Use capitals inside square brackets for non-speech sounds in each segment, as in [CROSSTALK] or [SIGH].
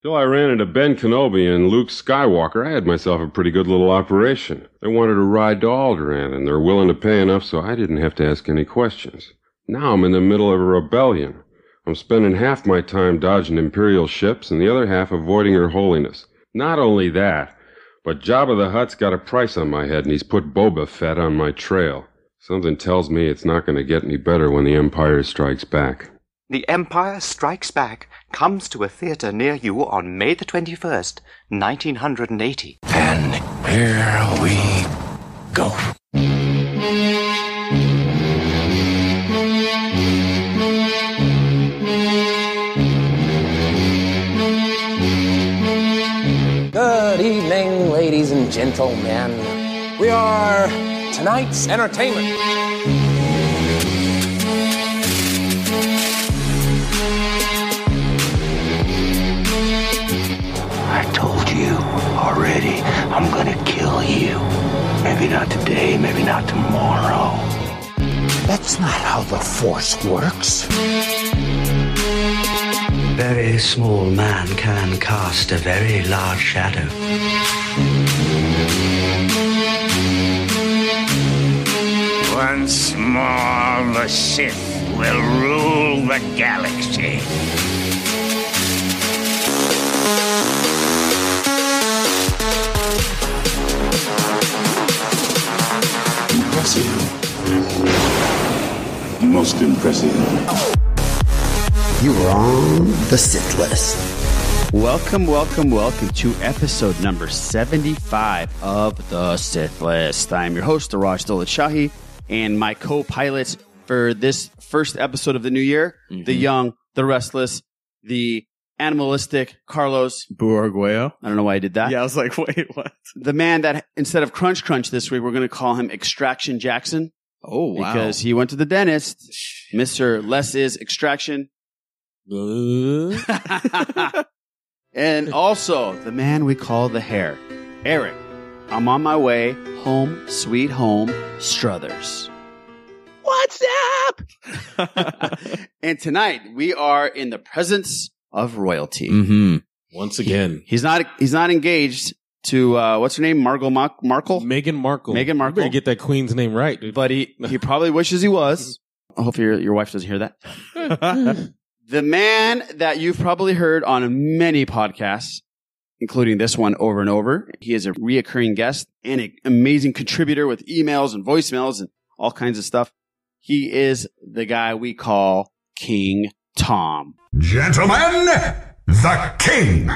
Till I ran into Ben Kenobi and Luke Skywalker, I had myself a pretty good little operation. They wanted a ride to Alderaan, and they're willing to pay enough so I didn't have to ask any questions. Now I'm in the middle of a rebellion. I'm spending half my time dodging Imperial ships and the other half avoiding Her Holiness. Not only that, but Jabba the Hutt's got a price on my head, and he's put Boba Fett on my trail. Something tells me it's not going to get any better when the Empire strikes back. The Empire Strikes Back comes to a theatre near you on May the 21st, 1980. And here we go. Good evening, ladies and gentlemen. We are tonight's entertainment. I told you already, I'm gonna kill you. Maybe not today, maybe not tomorrow. That's not how the Force works. Very small man can cast a very large shadow. Once more, the Sith will rule the galaxy. Impressive. Most impressive. You are on the Sith list. Welcome, welcome, welcome to episode number 75 of The Sith List. I am your host, Daraj Shahi, and my co pilot for this first episode of the new year, the young, the restless, the animalistic Carlos. Buarguello. I don't know why I did that. Yeah, I was like, [LAUGHS] wait, what? The man that instead of Crunch Crunch this week, we're going to call him Extraction Jackson Oh wow! because he went to the dentist. Mr. Less is [LAUGHS] Extraction. and also the man we call the hair, Eric. I'm on my way home, sweet home, Struthers. What's up? [LAUGHS] and tonight we are in the presence of royalty. mm-hmm. Once again, He's not. He's not engaged to uh, what's her name, Margot Mar- Markle. Meghan Markle. Meghan Markle. You better get that queen's name right, dude. but he, [LAUGHS] he probably wishes he was. Hopefully, your, your wife doesn't hear that. the man that you've probably heard on many podcasts, including this one over and over. He is a reoccurring guest and an amazing contributor with emails and voicemails and all kinds of stuff. He is the guy we call King Tom. Gentlemen, the king.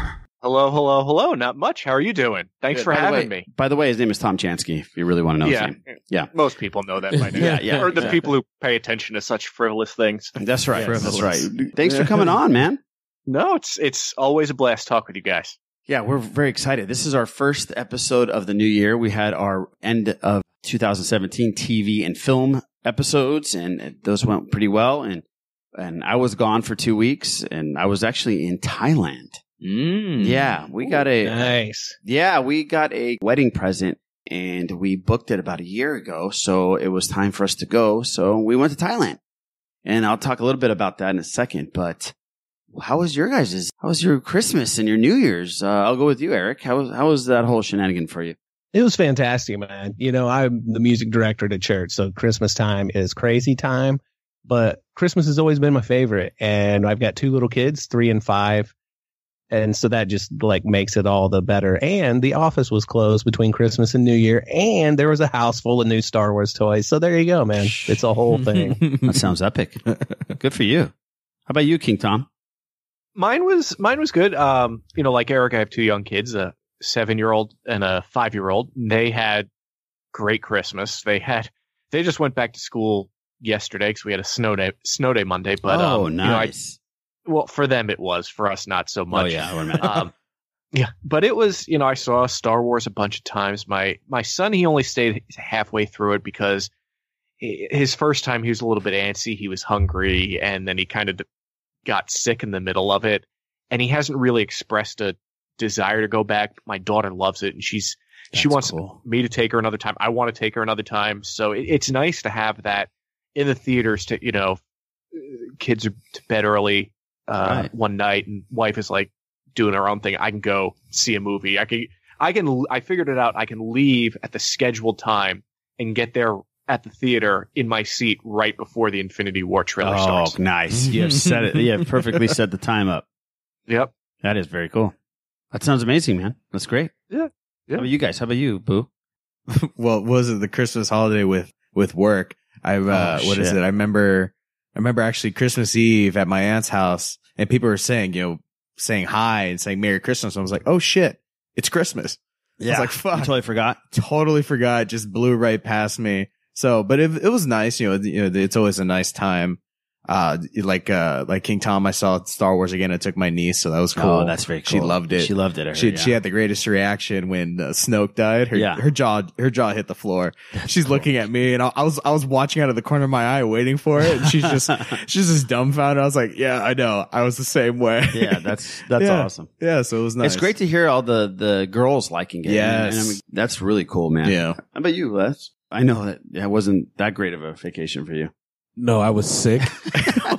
Hello, hello, hello. Not much. How are you doing? Thanks Yeah, for by the having way- me. By the way, his name is Tom Chansky, if you really want to know his Yeah. name. Yeah. Most people know [LAUGHS] that by now. Yeah, yeah, Or the yeah. people who pay attention to such frivolous things. That's right. Yes. That's right. Thanks for coming on, man. [LAUGHS] No, it's it's always a blast to talk with you guys. Yeah, we're very excited. This is our first episode of the new year. We had our end of 2017 TV and film episodes, and those went pretty well. And and I was gone for two weeks, and I was actually in Thailand. Mm. Yeah, we got a Nice. yeah we got a wedding present, and we booked it about a year ago, so it was time for us to go. So we went to Thailand, and I'll talk a little bit about that in a second. But how was your guys'? How was your Christmas and your New Year's? Uh, I'll go with you, Eric. How was how was that whole shenanigan for you? It was fantastic, man. You know, I'm the music director at a church, so Christmas time is crazy time. But Christmas has always been my favorite, and I've got two little kids, three and five, and so that just like makes it all the better. And the office was closed between Christmas and New Year, and there was a house full of new Star Wars toys. So there you go, man. It's [LAUGHS] a whole thing. [LAUGHS] That sounds epic. Good for you. How about you, King Tom? Mine was mine was good. Um, you know, like Eric, I have two young kids, a seven year old and a five year old. They had great Christmas. They had they just went back to school yesterday because we had a snow day snow day Monday. But oh, um, you know, I- nice. well, for them it was. For us, not so much. oh yeah, I remember. um, yeah, but it was you know I saw Star Wars a bunch of times. My my son he only stayed halfway through it because i- his first time he was a little bit antsy. He was hungry, and then he kind of got sick in the middle of it, and he hasn't really expressed a desire to go back. My daughter loves it, and she's she That's wants cool. me to take her another time. I want to take her another time. So it, it's nice to have that in the theaters to you know kids are to bed early uh, Right. one night, and wife is like doing our own thing, I can go see a movie. I can, I can, I figured it out. I can leave at the scheduled time and get there at the theater in my seat right before the Infinity War trailer Oh, [LAUGHS] starts. nice! You [LAUGHS] have set it. You have perfectly set the time up. Yep. That is very cool. That sounds amazing, man. That's great. Yeah. How about you guys? How about you, Boo? [LAUGHS] well, was it the Christmas holiday with with work? I uh, Oh, what is shit. it? I remember I remember actually Christmas Eve at my aunt's house, and people were saying you know saying hi and saying Merry Christmas. And I was like, oh shit, it's Christmas. I Yeah. was like, fuck, You totally forgot. Totally forgot. Just blew right past me. So, but it it was nice. You know, th- you know, it's always a nice time. Uh, like uh, like King Tom, I saw Star Wars again. I took my niece, so that was cool. Oh, that's very She cool. loved it. She loved it, I heard, she she yeah. had the greatest reaction when uh, Snoke died. Her Yeah. her jaw her jaw hit the [LAUGHS] floor. she's looking at me, and I, I was I was watching out of the corner of my eye, waiting for it. And she's [LAUGHS] just she's just dumbfounded. I was like, yeah, I know. I was the same way. Yeah, that's that's [LAUGHS] Yeah. awesome. Yeah, so it was nice. It's great to hear all the the girls liking it. Yes. And I mean, that's really cool, man. Yeah. How about you, Les? I know that that wasn't that great of a vacation for you. No, I was sick. [LAUGHS]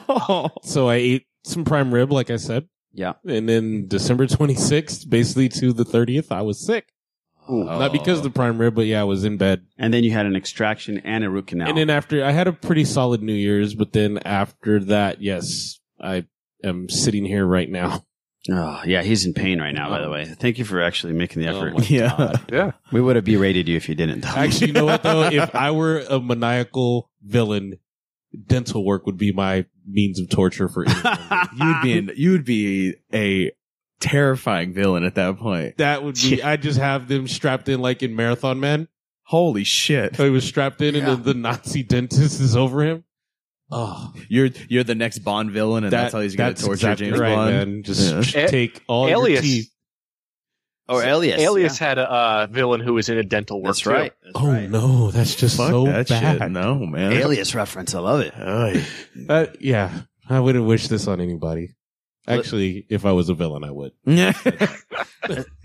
so I ate some prime rib, like I said. Yeah. And then December 26th, basically to the 30th, I was sick. Not because of the prime rib, but yeah, I was in bed. And then you had an extraction and a root canal. And then after, I had a pretty solid New Year's, but then after that, yes, I am sitting here right now. Oh, yeah, he's in pain right now, by the way. Thank you for actually making the effort. Oh. [LAUGHS] [LAUGHS] my Yeah. Yeah. We would have berated you if you didn't. Actually, you know what though? [LAUGHS] If I were a maniacal villain, dental work would be my means of torture for anyone. [LAUGHS] You'd be an, you'd be a terrifying villain at that point. That would be. I just have them strapped in like in Marathon Man. Holy shit! He was strapped in, Yeah. and the, the Nazi dentist is over him. Oh, You're you're the next Bond villain, and That- that's how he's going to that's torture exactly James right, Bond. man. [LAUGHS] Just take all your Alias. teeth. Or Alias. Alias had a uh, villain who was in a dental work. That's right. oh no, that's just Fuck so that bad. shit. No man. Alias reference. I love it. [LAUGHS] Uh, yeah, I wouldn't wish this on anybody. Actually, if I was a villain, [LAUGHS] I would.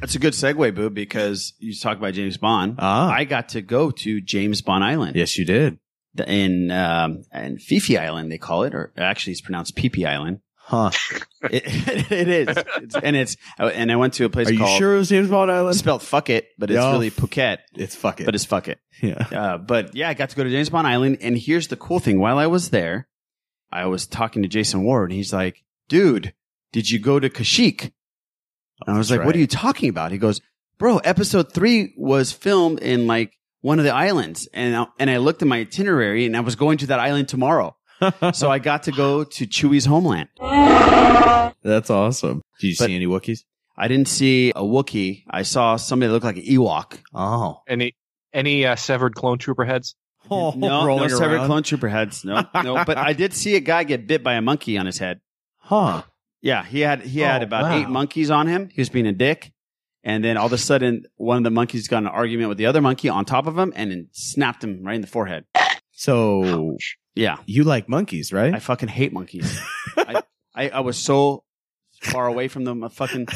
That's a good segue, Boo, because you talk about James Bond. I got to go to James Bond Island. Ah. Yes, you did. The, in um, in Fifi Island, they call it, or actually, it's pronounced Peepee Island. Huh? [LAUGHS] It, it is, it's, and it's uh, and I went to a place. Are you called, sure it was James Bond Island? Spelled fuck it, but it's Yeah. really Phuket. It's fuck it, but it's fuck it. Yeah. Uh, but yeah, I got to go to James Bond Island, and here's the cool thing: while I was there, I was talking to Jason Ward, and he's like, "Dude, did you go to Kashik?" And I was like, Oh, That's "What are right. you talking about?" He goes, "Bro, episode three was filmed in like one of the islands, and I, and I looked at my itinerary, and I was going to that island [LAUGHS] tomorrow, so I got to go to Chewie's homeland." That's awesome. Did you see any Wookiees? I didn't see a Wookiee. I saw somebody that looked like an Ewok. Oh, Any any uh, severed clone trooper heads? [LAUGHS] no, no severed [LAUGHS] clone trooper heads. No, no. But I did see a guy get bit by a monkey on his head. Huh. Yeah, he had he had Oh, about wow. eight monkeys on him. He was being a dick, and then all of a sudden, one of the monkeys got in an argument with the other monkey on top of him, and then snapped him right in the forehead. So yeah, you like monkeys, right? I fucking hate monkeys. I, I I was so far away from them. I fucking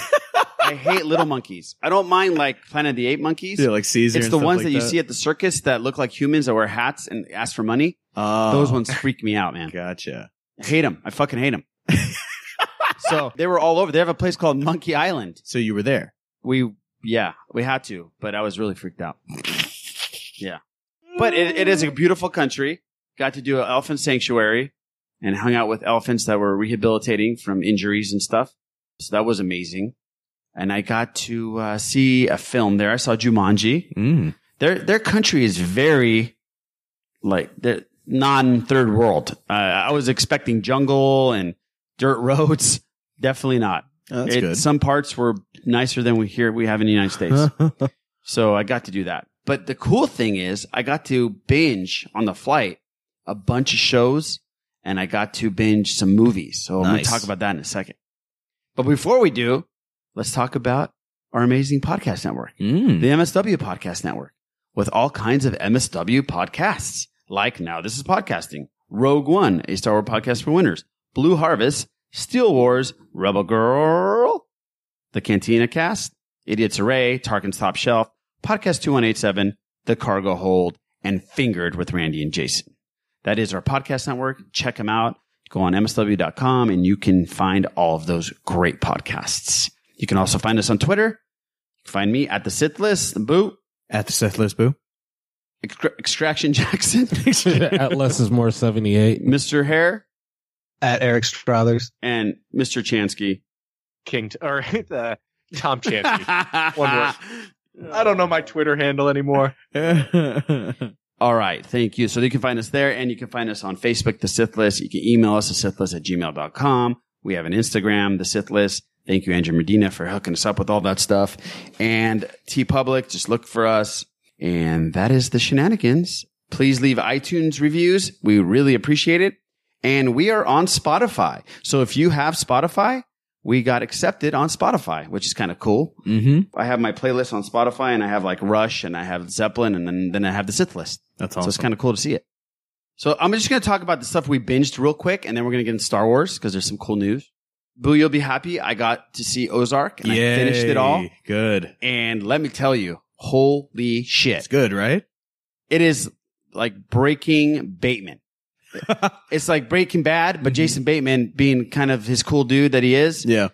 I hate little monkeys. I don't mind like Planet of the Ape monkeys. Yeah, like Caesar It's and the stuff ones like that you that. see at the circus that look like humans that wear hats and ask for money. Oh. Those ones freak me out, man. Gotcha. I hate them. I fucking hate [LAUGHS] them. so they were all over. They have a place called Monkey Island. So you were there. We yeah, we had to, but I was really freaked out. yeah, but it, it is a beautiful country. Got to do an elephant sanctuary and hung out with elephants that were rehabilitating from injuries and stuff. So that was amazing. And I got to uh, see a film there. I saw Jumanji. Mm. Their their country is very like they're non third world. Uh, I was expecting jungle and dirt [LAUGHS] roads. Definitely not. Oh, that's good. Some parts were nicer than we here we have in the United States. so I got to do that. But the cool thing is, I got to binge on the flight a bunch of shows, and I got to binge some movies. So I'm going Nice. to talk about that in a second. But before we do, let's talk about our amazing podcast network, the MSW Podcast Network, with all kinds of MSW podcasts like Now This Is Podcasting, Rogue One, a Star Wars podcast for winners, Blue Harvest, Steel Wars, Rebel Girl, The Cantina Cast, Idiots Array, Tarkin's Top Shelf, Podcast 2187, The Cargo Hold, and Fingered with Randy and Jason. That is our podcast network. Check them out. Go on msw.com and you can find all of those great podcasts. You can also find us on Twitter. You can find me at the Sith List, Boo. At the Sith List, Boo. Extra- Extraction [LAUGHS] Jackson. At less is more seventy eight. Mr. Hare. At Eric Strathers. And Mr. Chansky. King t- or [LAUGHS] uh, [LAUGHS] Tom Chansky. One word. I don't know my Twitter [LAUGHS] handle anymore. All right. Thank you. So you can find us there and you can find us on Facebook, The Sith List. You can email us, The Sithlist at gmail.com. We have an Instagram, The Sith List. Thank you, Andrew Medina, for hooking us up with all that stuff. And T Public, just look for us. And that is the shenanigans. Please leave iTunes reviews. We really appreciate it. And we are on Spotify. So if you have Spotify, we got accepted on Spotify, which is kind of cool. Mm-hmm. I have my playlist on Spotify and I have like Rush and I have Zeppelin and then, then I have the Sith list. That's So it's awesome. kind of cool to see it. So I'm just going to talk about the stuff we binged real quick and then we're going to get into Star Wars because there's some cool news. Boo, you'll be happy. I got to see Ozark and I finished it all. Yay. Good. And let me tell you, holy shit. It's good, right? It is like breaking [LAUGHS] Bateman. it's like Breaking Bad, but Jason Bateman being kind of his cool dude that he is. Mm-hmm. Yeah.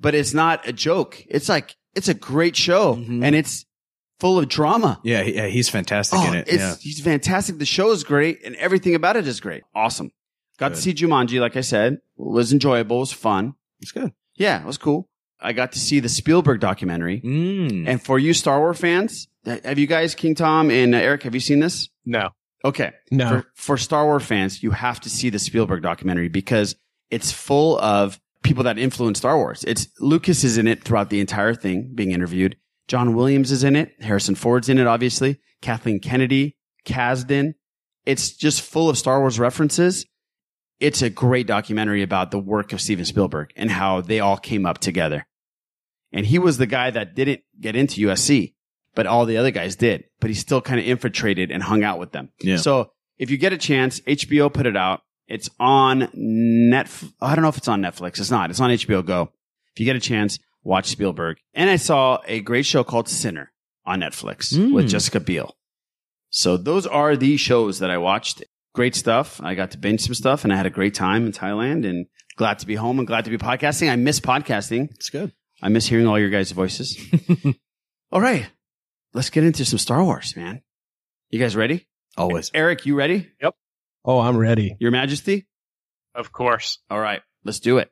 But it's not a joke. It's like, it's a great show Mm-hmm. and it's full of drama. [LAUGHS] Yeah, he- yeah, he's fantastic in it. Oh, It's, Yeah. He's fantastic. The show is great and everything about it is great. Awesome. Got to Good. see Jumanji, like I said, was enjoyable, was fun. It's good. Yeah, it was cool. I got to see the Spielberg documentary. Mm. And for you Star Wars fans, th- have you guys, King Tom and uh, Eric, have you seen this? No. Okay. No. For, for Star Wars fans, you have to see the Spielberg documentary because it's full of people that influenced Star Wars. It's Lucas is in it throughout the entire thing being interviewed. John Williams is in it. Harrison Ford's in it, obviously. Kathleen Kennedy, Kasdan. It's just full of Star Wars references. It's a great documentary about the work of Steven Spielberg and how they all came up together. And he was the guy that didn't get into USC, but all the other guys did. But he still kind of infiltrated and hung out with them. Yeah. So if you get a chance, HBO put it out. It's on Netflix. I don't know if it's on Netflix. It's not. It's on HBO Go. If you get a chance, watch Spielberg. And I saw a great show called Sinner on Netflix with Mm. Jessica Biel. So those are the shows that I watched. Great stuff. I got to binge some stuff and I had a great time in Thailand and glad to be home and glad to be podcasting. I miss podcasting. It's good. I miss hearing all your guys' voices. all right. Let's get into some Star Wars, man. You guys ready? Always. Eric, you ready? Yep. Oh, I'm ready. Your Majesty? Of course. All right. Let's do it.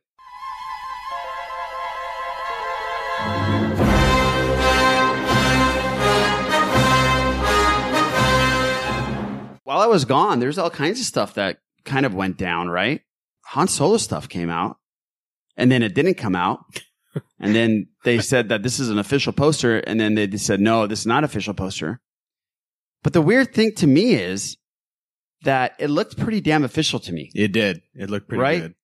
While I was gone, there's all kinds of stuff that kind of went down, right? Han Solo stuff came out, and then it didn't come out. And then they said that this is an official poster, and then they said, no, this is not official poster. But the weird thing to me is that it looked pretty damn official to me. It did. It looked pretty Right? good.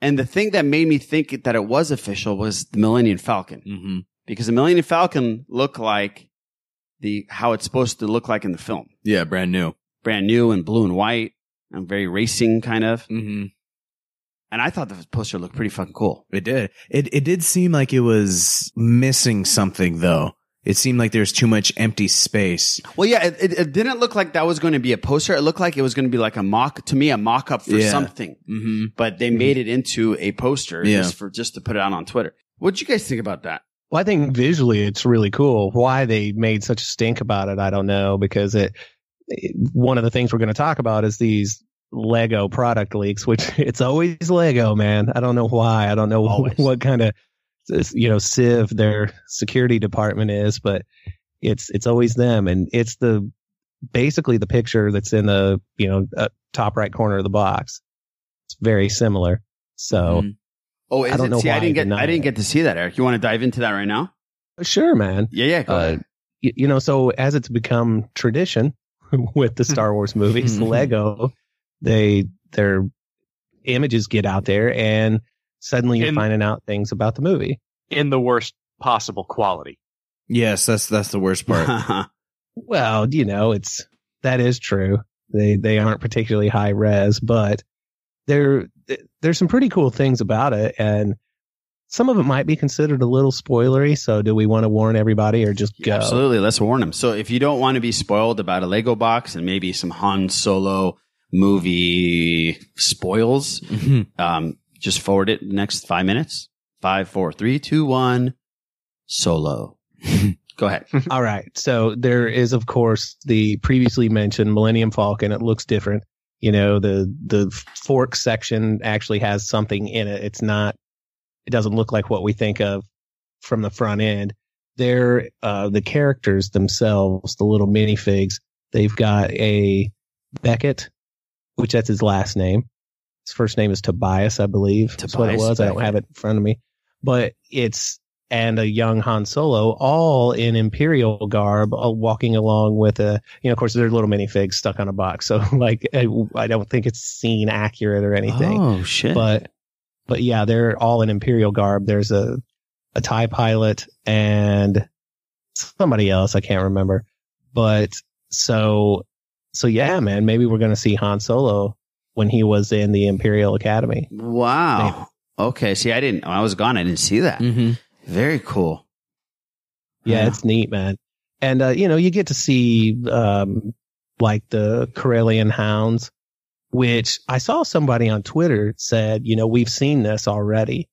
And the thing that made me think that it was official was the Millennium Falcon. Mm-hmm. Because the Millennium Falcon looked like the how it's supposed to look like in the film. Yeah, brand new. Brand new and blue and white and very racing kind of. Mm-hmm. And I thought the poster looked pretty fucking cool. It did. It it did seem like it was missing something though. It seemed like there's too much empty space. Well, yeah, it, it, it didn't look like that was going to be a poster. It looked like it was going to be like a mock, to me, a mock up for Yeah. something. Mm-hmm. But they made it into a poster Yeah. just for just to put it out on Twitter. What'd you guys think about that? Well, I think visually it's really cool. Why they made such a stink about it, I don't know, because it, it- one of the things we're going to talk about is these Lego product leaks, which [LAUGHS] it's always Lego, man. I don't know why. I don't know [LAUGHS] what kind of you know sieve their security department is, but it's it's always them, and it's the basically the picture that's in the you know uh, top right corner of the box. It's very similar. So Oh, is I don't it? know see, I why didn't I get, I denied didn't get to see that, Eric. You want to dive into that right now? sure, man. Yeah, yeah. Go Uh, ahead. y- you know, so as it's become tradition [LAUGHS] with the Star Wars movies, Lego, they their images get out there, and suddenly you're And- finding out things about the movie. In the worst possible quality. Yes, that's that's the worst part. Well, you know, it's that is true. They they aren't particularly high res, but there th- there's some pretty cool things about it, and some of it might be considered a little spoilery. So, do we want to warn everybody or just go? Absolutely. Let's warn them. So if you don't want to be spoiled about a Lego box and maybe some Han Solo movie [LAUGHS] Mm-hmm. spoils, um, just forward it the next five minutes. Five, four, three, two, one. [LAUGHS] Solo. Go ahead. All right. So there is, of course, the previously mentioned Millennium Falcon. It looks different. You know, the the fork section actually has something in it. It's not. It doesn't look like what we think of from the front end. They're uh, the characters themselves, the little minifigs. They've got a Beckett, which that's his last name. His first name is Tobias, I believe. That's what it Tobias was. I don't Beckett. have it in front of me, but it's and a young Han Solo, all in Imperial garb, uh, walking along with a you know, of course, they're little minifigs stuck on a box. [LAUGHS] So like, I, I don't think it's scene accurate or anything. Oh, shit. But but yeah, they're all in Imperial garb. There's a a tie pilot and somebody else I can't remember. But so so yeah, man, maybe we're gonna see Han Solo when he was in the Imperial Academy. Wow. Okay. See, I didn't. When I was gone, I didn't see that. Mm. Very cool. Mm-hmm. Yeah, it's neat, man. And uh, you know, you get to see um, like the Corellian hounds, which I saw somebody on Twitter said, you know, we've seen this already,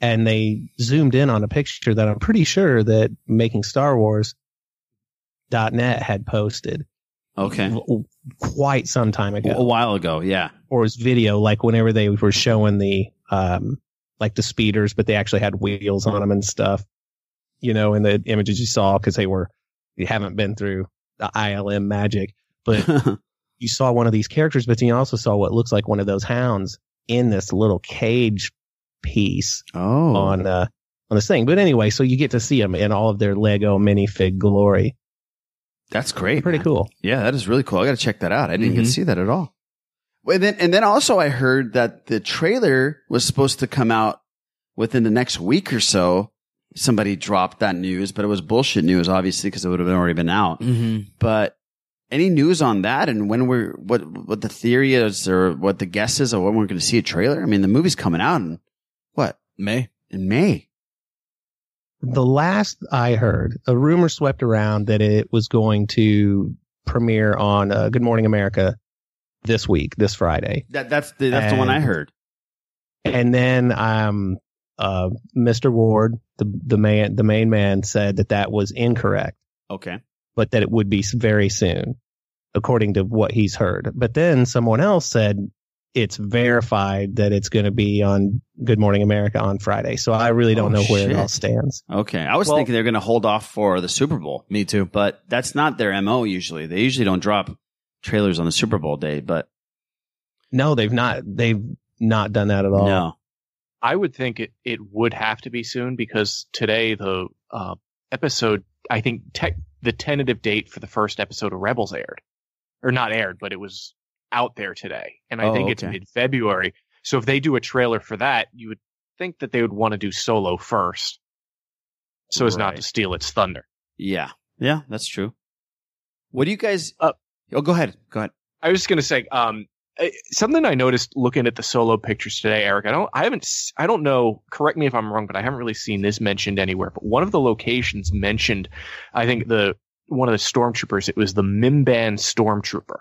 and they zoomed in on a picture that I'm pretty sure that making Star Wars .net had posted. Okay. w- quite some time ago. A while ago, yeah. Or his video, like whenever they were showing the um like the speeders, but they actually had wheels on them and stuff. You know, in the images you saw because they were you haven't been through the ILM magic, [LAUGHS] but you saw one of these characters, but you also saw what looks like one of those hounds in this little cage piece oh. on uh on this thing. But anyway, so you get to see them in all of their Lego minifig glory. That's great. Pretty cool. Yeah, that is really cool. I got to check that out. I didn't get Mhm. to see that at all. Well, then, and then also I heard that the trailer was supposed to come out within the next week or so. Somebody dropped that news, but it was bullshit news, obviously, because it would have already been out. Mm-hmm. Mhm. But any news on that and when we're, what, what the theory is or what the guess is or when we're going to see a trailer? I mean, the movie's coming out in what? May. In May. the last I heard, a rumor swept around that it was going to premiere on uh, Good Morning America this week, this Friday. That, that's the, that's the one I And- heard. And then um, uh, Mr. Ward, the the man, the main man, said that that was incorrect, Okay. but that it would be s- very soon, according to what he's heard. But then someone else said it's verified that it's going to be on Good Morning America on Friday. So I really don't Oh, know where shit. it all stands. Okay. I was Well- thinking they're going to hold off for the Super Bowl. Me too. But that's not their MO usually. They usually don't drop trailers on the Super Bowl day, but No, they've not. They've not done that at all. no. I would think it, it would have to be soon because today the uh, episode, I think tech, the tentative date for the first episode of Rebels aired, or not aired, but it was out there today, and I Oh, think it's okay. mid February. So if they do a trailer for that, you would think that they would want to do Solo first, so as not to steal its thunder. Yeah. Yeah, that's true. What do you guys? Uh, oh, go ahead. Go ahead. I was just gonna say, um, eh, something I noticed looking at the solo pictures today, Eric. I don't, I haven't, s- I don't know. Correct me if I'm wrong, but I haven't really seen this mentioned anywhere. But one of the locations mentioned, I think the one of the stormtroopers. It was the Mimban stormtrooper.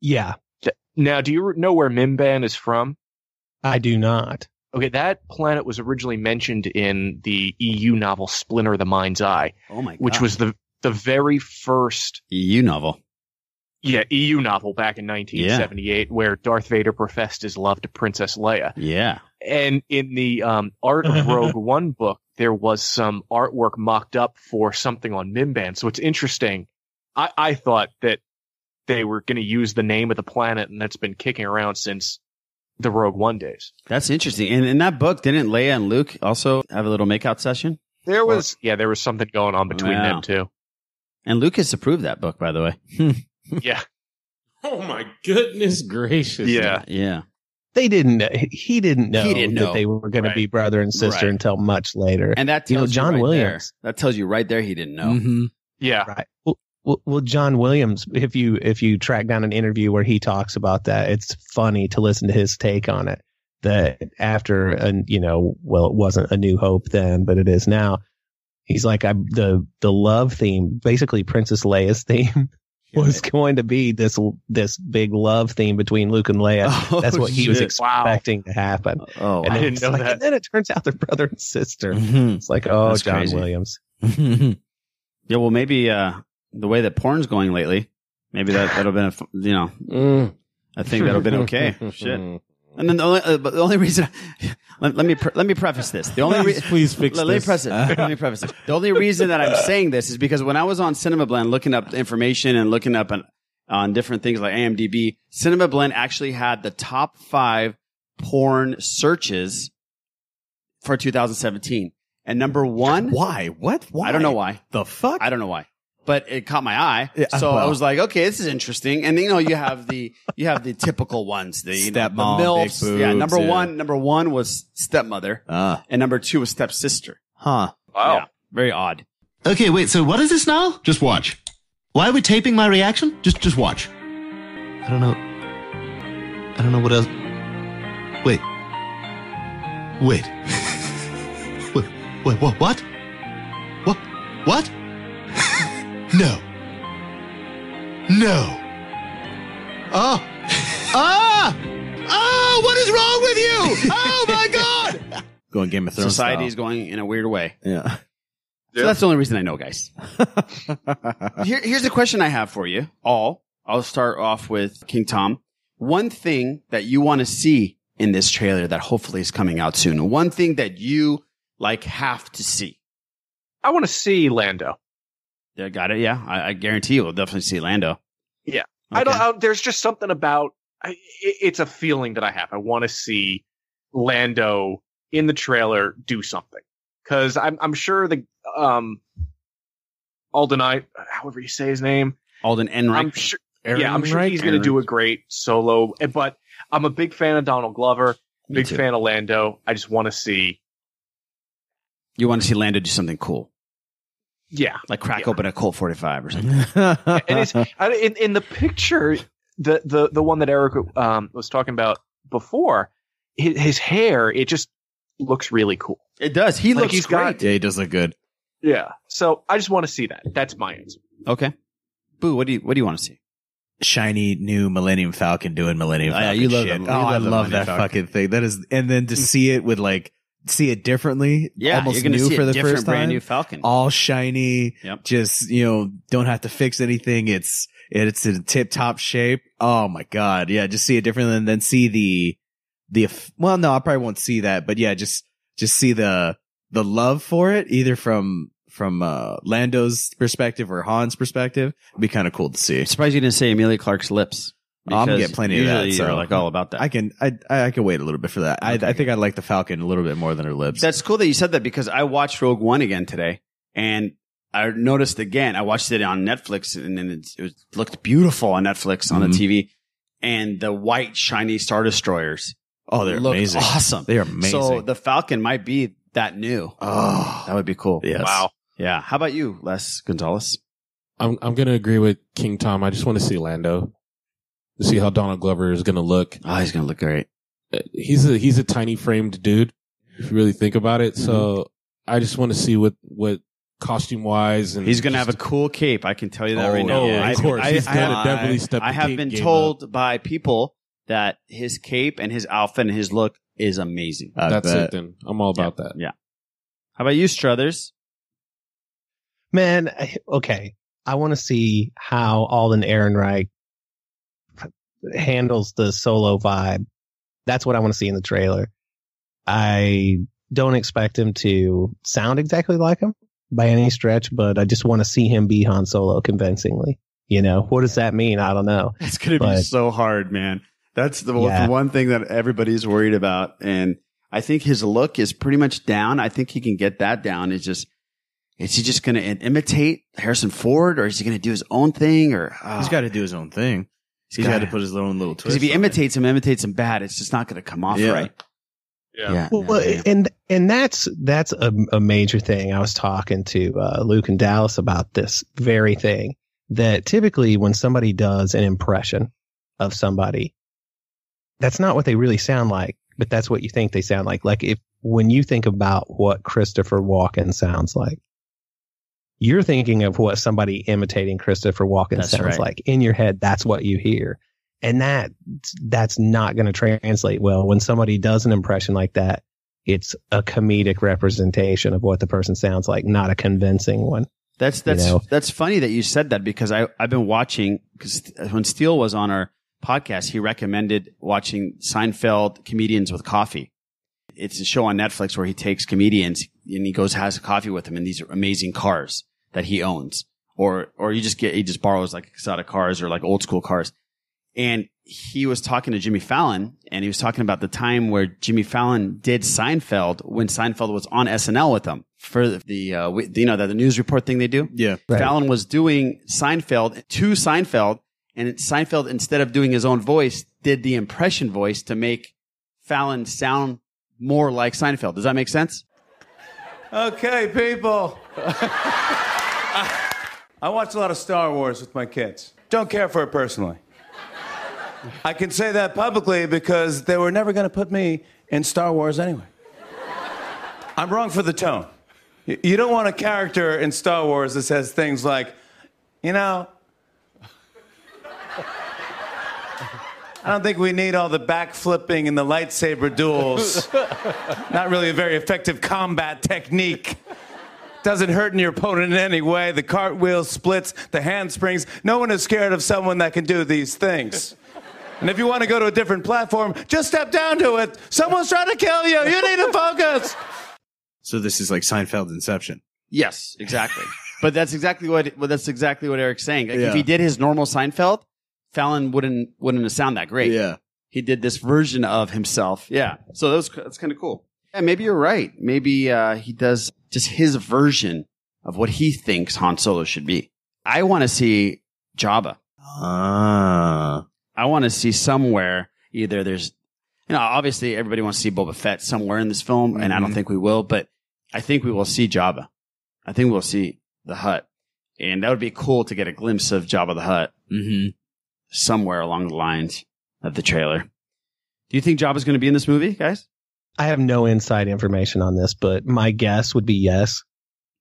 Yeah, Th- Now, do you re- know where Mimban is from? I do not. Okay, that planet was originally mentioned in the EU novel Splinter: The Mind's Eye, Oh my god. which was the the very first EU novel. yeah, EU novel back in 1978 where Darth Vader professed his love to Princess Leia. Yeah. And in the um, Art of Rogue One book, there was some artwork mocked up for something on Mimban. So it's interesting. I, I thought that they were going to use the name of the planet, and that's been kicking around since the Rogue One days. That's interesting. And in that book, didn't Leia and Luke also have a little makeout session? There was yeah, there was something going on between Wow. them too. And Luke has approved that book, by the way. [LAUGHS] Yeah. Oh my goodness gracious. Yeah. yeah. They didn't. He didn't know He didn't that know. they were going Right. to be brother and sister Right. until much later. And that tells you know John right Williams. Mm-hmm. There, that tells you right there he didn't know. Yeah. Right. Well, well, well, John Williams. If you if you track down an interview where he talks about that, it's funny to listen to his take on it. That after and you know, well, it wasn't a new hope then, but it is now. He's like, I the the love theme, basically Princess Leia's theme. [LAUGHS] Was going to be this this big love theme between Luke and Leia. Oh, That's what he was shit. Wow. expecting to happen. Oh, And wow. then it's like- And then it turns out they're brother and sister. It's like, oh, Mm-hmm. That's John crazy. Williams. [LAUGHS] yeah, well, maybe uh, the way that porn's going lately, maybe that that'll been a f- you know, Mm. I think that'll been [LAUGHS] [LAUGHS] okay. Shit. And then the only, uh, but the only reason, [LAUGHS] let, let me pre- let me preface this. The only Please- [LAUGHS] please fix let, let me this. preface it. Uh-huh. [LAUGHS] Let me preface it. The only reason that I'm saying this is because when I was on Cinema Blend looking up information and looking up on, on different things like AMDB, Cinema Blend actually had the top five porn searches for 2017. And number one, why? What? Why? I don't know why. The fuck? I don't know why. But it caught my eye, Yeah, so I well. was like, "Okay, this is interesting." And then, you know, you have the you have the typical ones, the you know, the Stepmom, big MILFs. yeah, boobs, number yeah. one, number one was stepmother, [LAUGHS] Ah. and number two was stepsister. Huh. Wow, very odd. Okay, wait. So what is this now? Just watch. Why are we taping my reaction? Just, just watch. I don't know. I don't know what else. Wait. Wait. [LAUGHS] wait. Wait. What? What? What? What? [LAUGHS] no. No. Oh. [LAUGHS] Ah. Ah. What is wrong with you? Oh my God. Going Game of Thrones. Society is style. going in a weird way. Yeah. So that's the only reason I know, [LAUGHS] guys. Here, here's a question I have for you all. I'll start off with King Tom. One thing that you want to see in this trailer that hopefully is coming out soon. One thing that you like have to see. I want to see Lando. Yeah, got it. Yeah, I, I guarantee you, we'll definitely see Lando. Yeah, I don't. I, there's just something about I, it, it's a feeling that I have. I want to see Lando in the trailer do something because I'm I'm sure the um Alden, I, however you say his name, Alden Enright. I'm sure, Aaron yeah, I'm sure Enright? he's going to do a great solo. eh, But I'm a big fan of Donald Glover, Me big too. fan of Lando. I just want to see, You want to see Lando do something cool, yeah, like crack open a Colt 45 or something. and it's I, in, in the picture the the the one that Eric um, was talking about before his, his hair it just looks really cool it does he Like, looks he's great. got- Yeah, he does look good. yeah so I just want to see that that's my answer Okay. Boo, what do you what do you want to see? Shiny new Millennium Falcon doing Millennium Oh, yeah, Falcon. you love shit. the- you Oh, I love the love that Millennium Falcon. Hmm. fucking thing. That is, and then to see it with like see it differently. Yeah, almost you're gonna new see a for the different first time. brand new Falcon. all shiny. Yep. Just you know, don't have to fix anything. It's it's in tip top shape. Oh my god, yeah. Just see it differently, and then see the the eff- well, no, I probably won't see that, but yeah, just just see the the love for it either from from uh Lando's perspective or Han's perspective. It'd be kind of cool to see. surprised you didn't say Amelia Clark's lips. I'm gonna because get plenty of usually that. you're, So like all about that. I can I I can wait a little bit for that. I I think I like the Falcon a little bit more than her lips. That's cool that you said that because I watched Rogue One again today, and I noticed again. I watched it on Netflix, and then it, it looked beautiful on Netflix on Mhm. the TV, and the white shiny Star Destroyers. Oh, they're looked amazing. Awesome. They are amazing. So the Falcon might be that new. Oh, that would be cool. Yes. Wow. Yeah. How about you, Les Gonzalez? I'm I'm gonna agree with King Tom. I just want to see Lando, to see how Donald Glover is gonna look. Uh, Oh, he's gonna look great. He's a he's a tiny framed dude. If you really think about it, so I just want to see what what costume wise and He's gonna have a cool cape. I can tell you that Oh, right now. yeah, of I, course. I, He's I, gotta I- definitely step I the have cape been game told by people that his cape and his outfit and his look is amazing. I That's bet. it. Then I'm all about that. Yeah. How about you, Struthers? Man, I- okay. I want to see how Alden Ehrenreich handles the solo vibe. That's what I want to see in the trailer. I don't expect him to sound exactly like him by any stretch, but I just want to see him be Han Solo convincingly. You know, what does that mean? I don't know. It's gonna be But- so hard, man. That's the, Yeah. the one thing that everybody's worried about, and I think his look is pretty much down. I think he can get that down. It's just, is he just gonna im- imitate Harrison Ford, or is he gonna do his own thing? Or oh. he's got to do his own thing. he's got gotta- to put his own little Because twist. if he on it. imitates him, imitates him bad, it's just not going to come off Yeah. right. Yeah. Well, well, and and that's that's a, a major thing. I was talking to uh, Luke and Dallas about this very thing. That typically, when somebody does an impression of somebody, that's not what they really sound like, but that's what you think they sound like. Like if when you think about what Christopher Walken sounds like, you're thinking of what somebody imitating Christopher Walken That's sounds right. like in your head. That's what you hear, and that that's not going to translate well when somebody does an impression like that it's a comedic representation of what the person sounds like, not a convincing one. That's that's know? that's funny that you said that because I I've been watching because when Steele was on our podcast, he recommended watching Seinfeld comedians with coffee. It's a show on Netflix where he takes comedians and he goes has a coffee with them in these amazing cars that he owns, or or you just get he just borrows like exotic cars or like old school cars. And he was talking to Jimmy Fallon, and he was talking about the time where Jimmy Fallon did Seinfeld when Seinfeld was on SNL with him for the, the uh, we, you know the, the news report thing they do. Yeah, Right. Fallon was doing Seinfeld to Seinfeld, and it- Seinfeld instead of doing his own voice, did the impression voice to make Fallon sound more like Seinfeld. Does that make sense? Okay, people. I watch a lot of Star Wars with my kids. Don't care for it personally. I can say that publicly because they were never going to put me in Star Wars anyway. I'm wrong for the tone. Y- You don't want a character in Star Wars that says things like, you know, I don't think we need all the backflipping and the lightsaber [LAUGHS] duels. Not really a very effective combat technique. Doesn't hurt your opponent in any way. The cartwheel splits, the handsprings. No one is scared of someone that can do these things. And if you want to go to a different platform, just step down to it. Someone's trying to kill you. You need to focus. So this is like Seinfeld Inception. Yes, exactly. [LAUGHS] but that's exactly what well, that's exactly what Eric's saying. Like, Yeah. If he did his normal Seinfeld, Fallon wouldn't wouldn't have sound that great. Yeah, he did this version of himself. Yeah, so that was, that's kind of cool. Yeah, maybe you're right. Maybe uh, he does just his version of what he thinks Han Solo should be. I want to see Jabba. Ah, I want to see somewhere either there's you know, obviously everybody wants to see Boba Fett somewhere in this film, and I don't think we will, but I think we will see Jabba. I think we'll see the Hut, and that would be cool to get a glimpse of Jabba the Hut mm-hmm. somewhere along the lines of the trailer. Do you think Jabba's going to be in this movie, guys? I have no inside information on this, but my guess would be yes.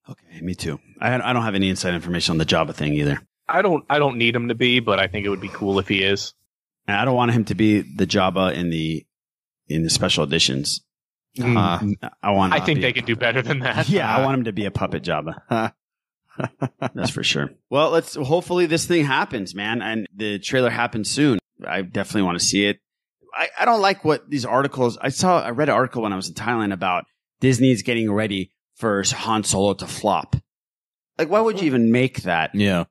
Okay, me too. I, I don't have any inside information on the Jabba thing either. I don't I don't need him to be, but I think it would be cool if he is. And I don't want him to be the Jabba in the in the special editions. Mm. Uh, I want. I think they can do better than that. [LAUGHS] Yeah, I want him to be a puppet Jabba. That's for sure. Well, let's hopefully this thing happens, man, and the trailer happens soon. I definitely want to see it. I, I don't like what these articles. I saw. I read an article when I was in Thailand about Disney's getting ready for Han Solo to flop. Like, why would you even make that? Yeah,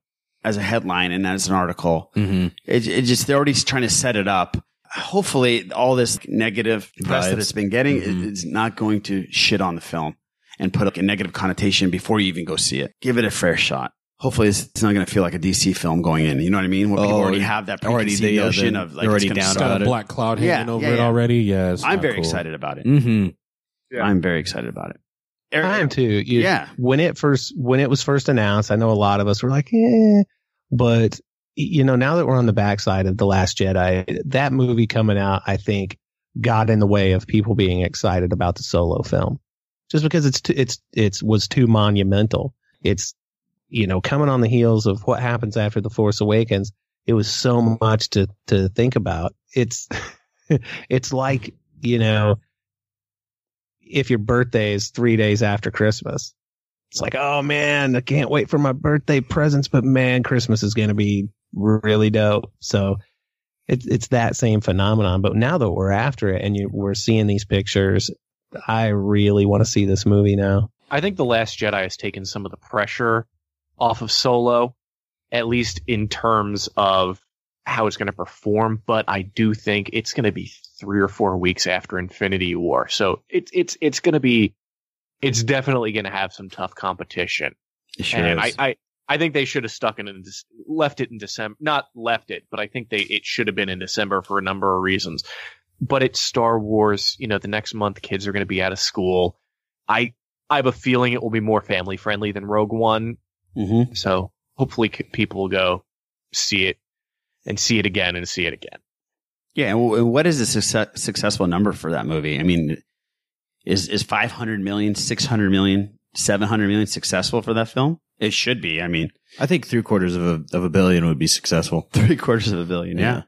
as a headline and as an article, mm-hmm. it, it just they're already trying to set it up. Hopefully, all this negative press that Vibes. Mm-hmm. it's been getting i- is not going to shit on the film and put like a negative connotation before you even go see it. Give it a fair shot. Hopefully, it's it's not going to feel like a DC film going in. You know what I mean? Where people Oh, already have that already preconceived they, uh, notion they're- of like they're it's already gonna down suck. about Got a black cloud hanging Yeah, over yeah, it yeah. already. Yeah, it's I'm not very cool. excited about it. Mm-hmm. Mhm. I'm very excited about it. I am too. You- yeah. When it first when it was first announced, I know a lot of us were like, eh, but you know, now that we're on the backside of the Last Jedi, that movie coming out, I think, got in the way of people being excited about the solo film, just because it's too, it's it's was too monumental. It's you know coming on the heels of what happens after the Force Awakens. It was so much to to think about. It's [LAUGHS] it's like you know if your birthday is three days after Christmas. It's like, oh man, I can't wait for my birthday presents, but man, Christmas is going to be really dope. So it's it's that same phenomenon. But now that we're after it and you, we're seeing these pictures, I really want to see this movie now. I think The Last Jedi has taken some of the pressure off of Solo, at least in terms of how it's going to perform. But I do think it's going to be three or four weeks after Infinity War, so it's it's it's going to be it's definitely going to have some tough competition. It sure and is. I, I I think they should have stuck it in Dec- left it in December, not left it, but I think they it should have been in December for a number of reasons. But it's Star Wars, you know, the next month kids are going to be out of school. I I have a feeling it will be more family friendly than Rogue One. Mm-hmm. So hopefully c- people will go see it and see it again and see it again. Yeah, and wh- what is a success, successful number for that movie? I mean, is is 500 million, 600 million, 700 million successful for that film? It should be. I mean, I think three quarters of a of a billion would be successful. [LAUGHS] Three quarters of a billion. Yeah.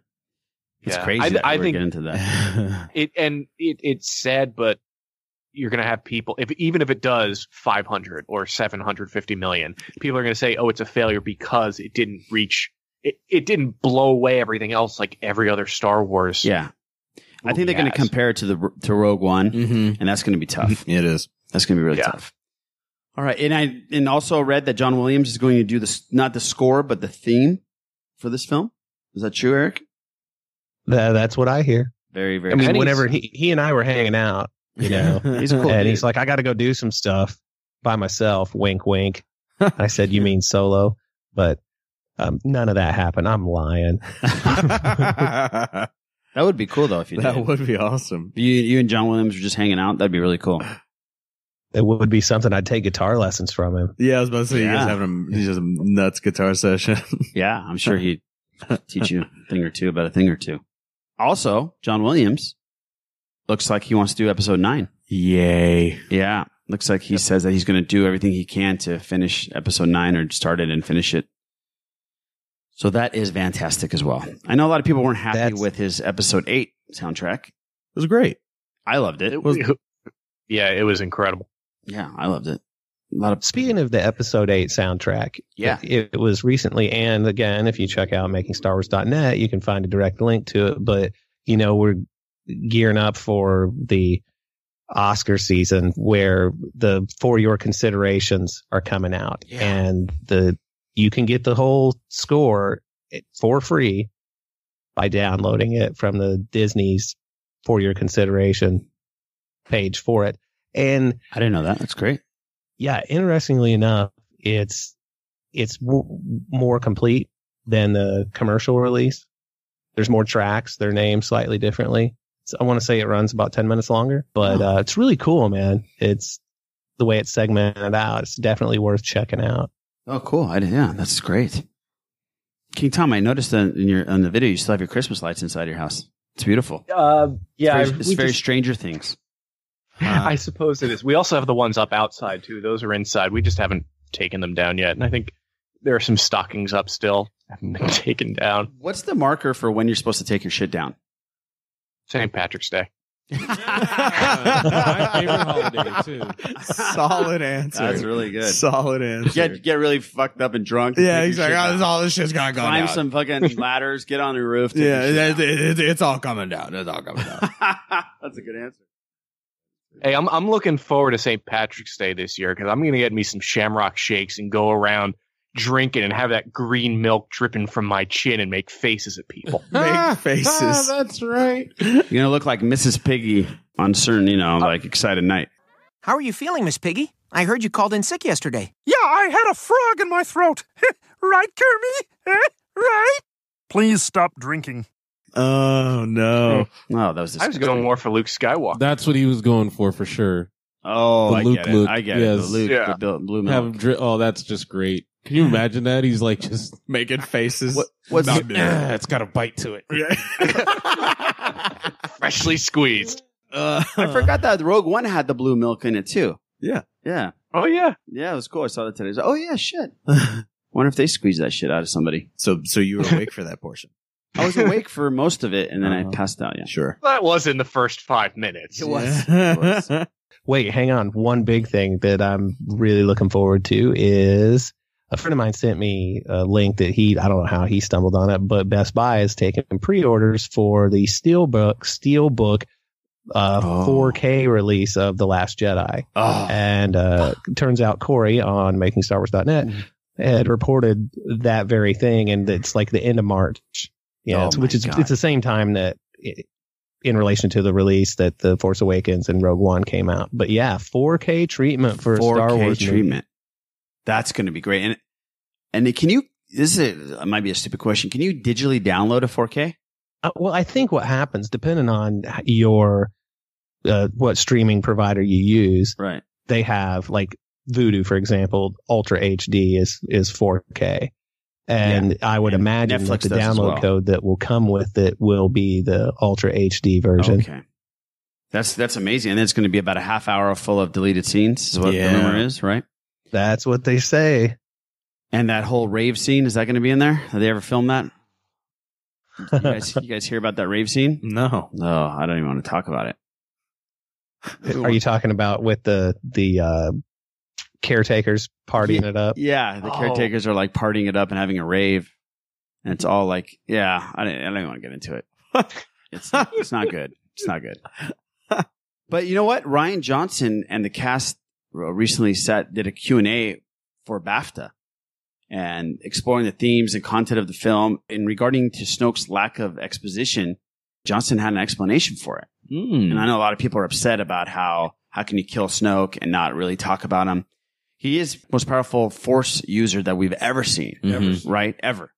It's Yeah. crazy I- that I we're [LAUGHS] think- getting to that. It and it, it's sad, but you're going to have people if even if it does 500 or 750 million people are going to say oh it's a failure because it didn't reach it, it didn't blow away everything else like every other star wars Yeah. I think they're going to Yes. compare it to the to Rogue One, and that's going to be tough. it is. That's going to be really tough. All right, and I and also read that John Williams is going to do this not the score but the theme for this film. Is that true, Eric? Tha- that's what I hear. Very, very. I mean, cool. [LAUGHS] whenever he, he and I were hanging out, you know, He's a cool and dude. he's like, I got to go do some stuff by myself. [LAUGHS] Wink, wink. I said, you mean solo, but um, none of that happened. I'm lying. that would be cool though if you That did. would be awesome. You you and John Williams were just hanging out. That'd be really cool. It would be something I'd take guitar lessons from him. Yeah, I was about to say you Yeah. guys having a, he's just a nuts guitar session. [LAUGHS] Yeah, I'm sure he'd teach [LAUGHS] you a thing or two about a thing or two. Also, John Williams looks like he wants to do episode nine. Yay. Yeah. Looks like he says that he's going to do everything he can to finish episode nine or start it and finish it. So that is fantastic as well. I know a lot of people weren't happy with his episode eight soundtrack. It was great. I loved it. [LAUGHS] yeah it was incredible yeah I loved it. A lot of Speaking of the episode eight soundtrack, Yeah. it, it was recently, and again, if you check out makingstarwars.net, you can find a direct link to it. But you know, we're gearing up for the Oscar season where the for your considerations are coming out, and the you can get the whole score eh, for free by downloading it from the Disney's for your consideration page for it. And I didn't know that. That's great. Yeah, interestingly enough, it's it's w- more complete than the commercial release. There's more tracks, they're named slightly differently. So I want to say it runs about 10 minutes longer, but uh, it's really cool, man. It's the way it's segmented out. It's definitely worth checking out. Oh, cool. I didn't, yeah, that's great. King Tom, I noticed that in your on the video you still have your Christmas lights inside your house. It's beautiful. uh, yeah it's very, it's we very just- Stranger Things. i suppose it is we also have the ones up outside too those are inside we just haven't taken them down yet and i think there are some stockings up still haven't been [LAUGHS] taken down What's the marker for when you're supposed to take your shit down? st patrick's day [LAUGHS] Solid answer. That's really good. Solid answer. Get get really fucked up and drunk. and yeah, take your he's like, shit oh, down. this, all this shit's gonna go Climb down. some [LAUGHS] fucking ladders. Get on the roof. take yeah, your shit it, it- it- it's all coming down. It's all coming down. down. [LAUGHS] that's a good answer. Hey, I'm I'm looking forward to St. Patrick's Day this year because I'm gonna get me some Shamrock Shakes and go around drinking and have that green milk dripping from my chin and make faces at people. [LAUGHS] Ah. Ah, Make [LAUGHS] faces. that's right. You're gonna look like Mrs. Piggy on certain, you know, like excited night. How are you feeling, Miss Piggy? I heard you called in sick yesterday. Yeah, I had a frog in my throat. [LAUGHS] right, Kermie? [LAUGHS] Eh? Right? Please stop drinking. Oh no! No, that was. Hmm. I was going more for Luke Skywalker. That's what he was going for for sure. Oh, The I Luke get it. look. I get it. The Yes. Luke, the Bill- blue milk. Have him dri- oh, that's just great. Can Hmm. you imagine that? He's like just [LAUGHS] making faces. What, what's about milk. "Ah, [CLEARS THROAT] it's got a bite to it. Freshly squeezed. I forgot that Rogue One had the blue milk in it too. Yeah. Yeah. Oh yeah. Yeah, it was cool. I saw that today. I was like, oh yeah, [LAUGHS] shit. Wonder if they squeezed that shit out of somebody. So so you were awake for that portion. Uh-huh. I was awake for most of it, and then I passed out. Yeah. Sure. That was in the first five minutes. It was. [LAUGHS] Wait, hang on. One big thing that I'm really looking forward to is a friend of mine sent me a link that he, I don't know how he stumbled on it, but Best Buy is taking pre orders for the Steelbook, Steelbook uh, Oh. 4K release of The Last Jedi. And uh, turns out Corey on makingstarwars.net Mm-hmm. had reported that very thing, and it's like the end of March. Yeah, Oh it's, my which is God. it's the same time that it, in relation to the release that the Force Awakens and Rogue One came out. But yeah, 4K treatment for a 4K Star Wars movie. treatment. That's going to be great. And and can you? This is a, it might be a stupid question. Can you digitally download a 4K? Uh, well, I think what happens, depending on your uh, what streaming provider you use, right? They have like Voodoo, for example, Ultra HD is is 4K, and I would imagine Netflix that the does as download well. code that will come with it will be the Ultra HD version. Okay. That's that's amazing. And it's going to be about a half hour full of deleted scenes. Is what Yeah. the rumor is, right? That's what they say. And that whole rave scene is that going to be in there? Have they ever filmed that? [LAUGHS] You guys, you guys hear about that rave scene? No. [LAUGHS] No, I don't even want to talk about it. Are you talking about with the the uh, caretakers partying it up? Yeah, the Oh. caretakers are like partying it up and having a rave, and it's all like, yeah, I don't, I don't even want to get into [LAUGHS] it. It's not, it's not good. It's not good. But you know what? Ryan Johnson and the cast uh, recently sat did a Q and A for BAFTA and exploring the themes and content of the film. And regarding to Snoke's lack of exposition, Johnson had an explanation for it. Hmm. Hmm. And I know a lot of people are upset about how how can you kill Snoke and not really talk about him. He is the most powerful Force user that we've ever seen, Ever. right? Ever,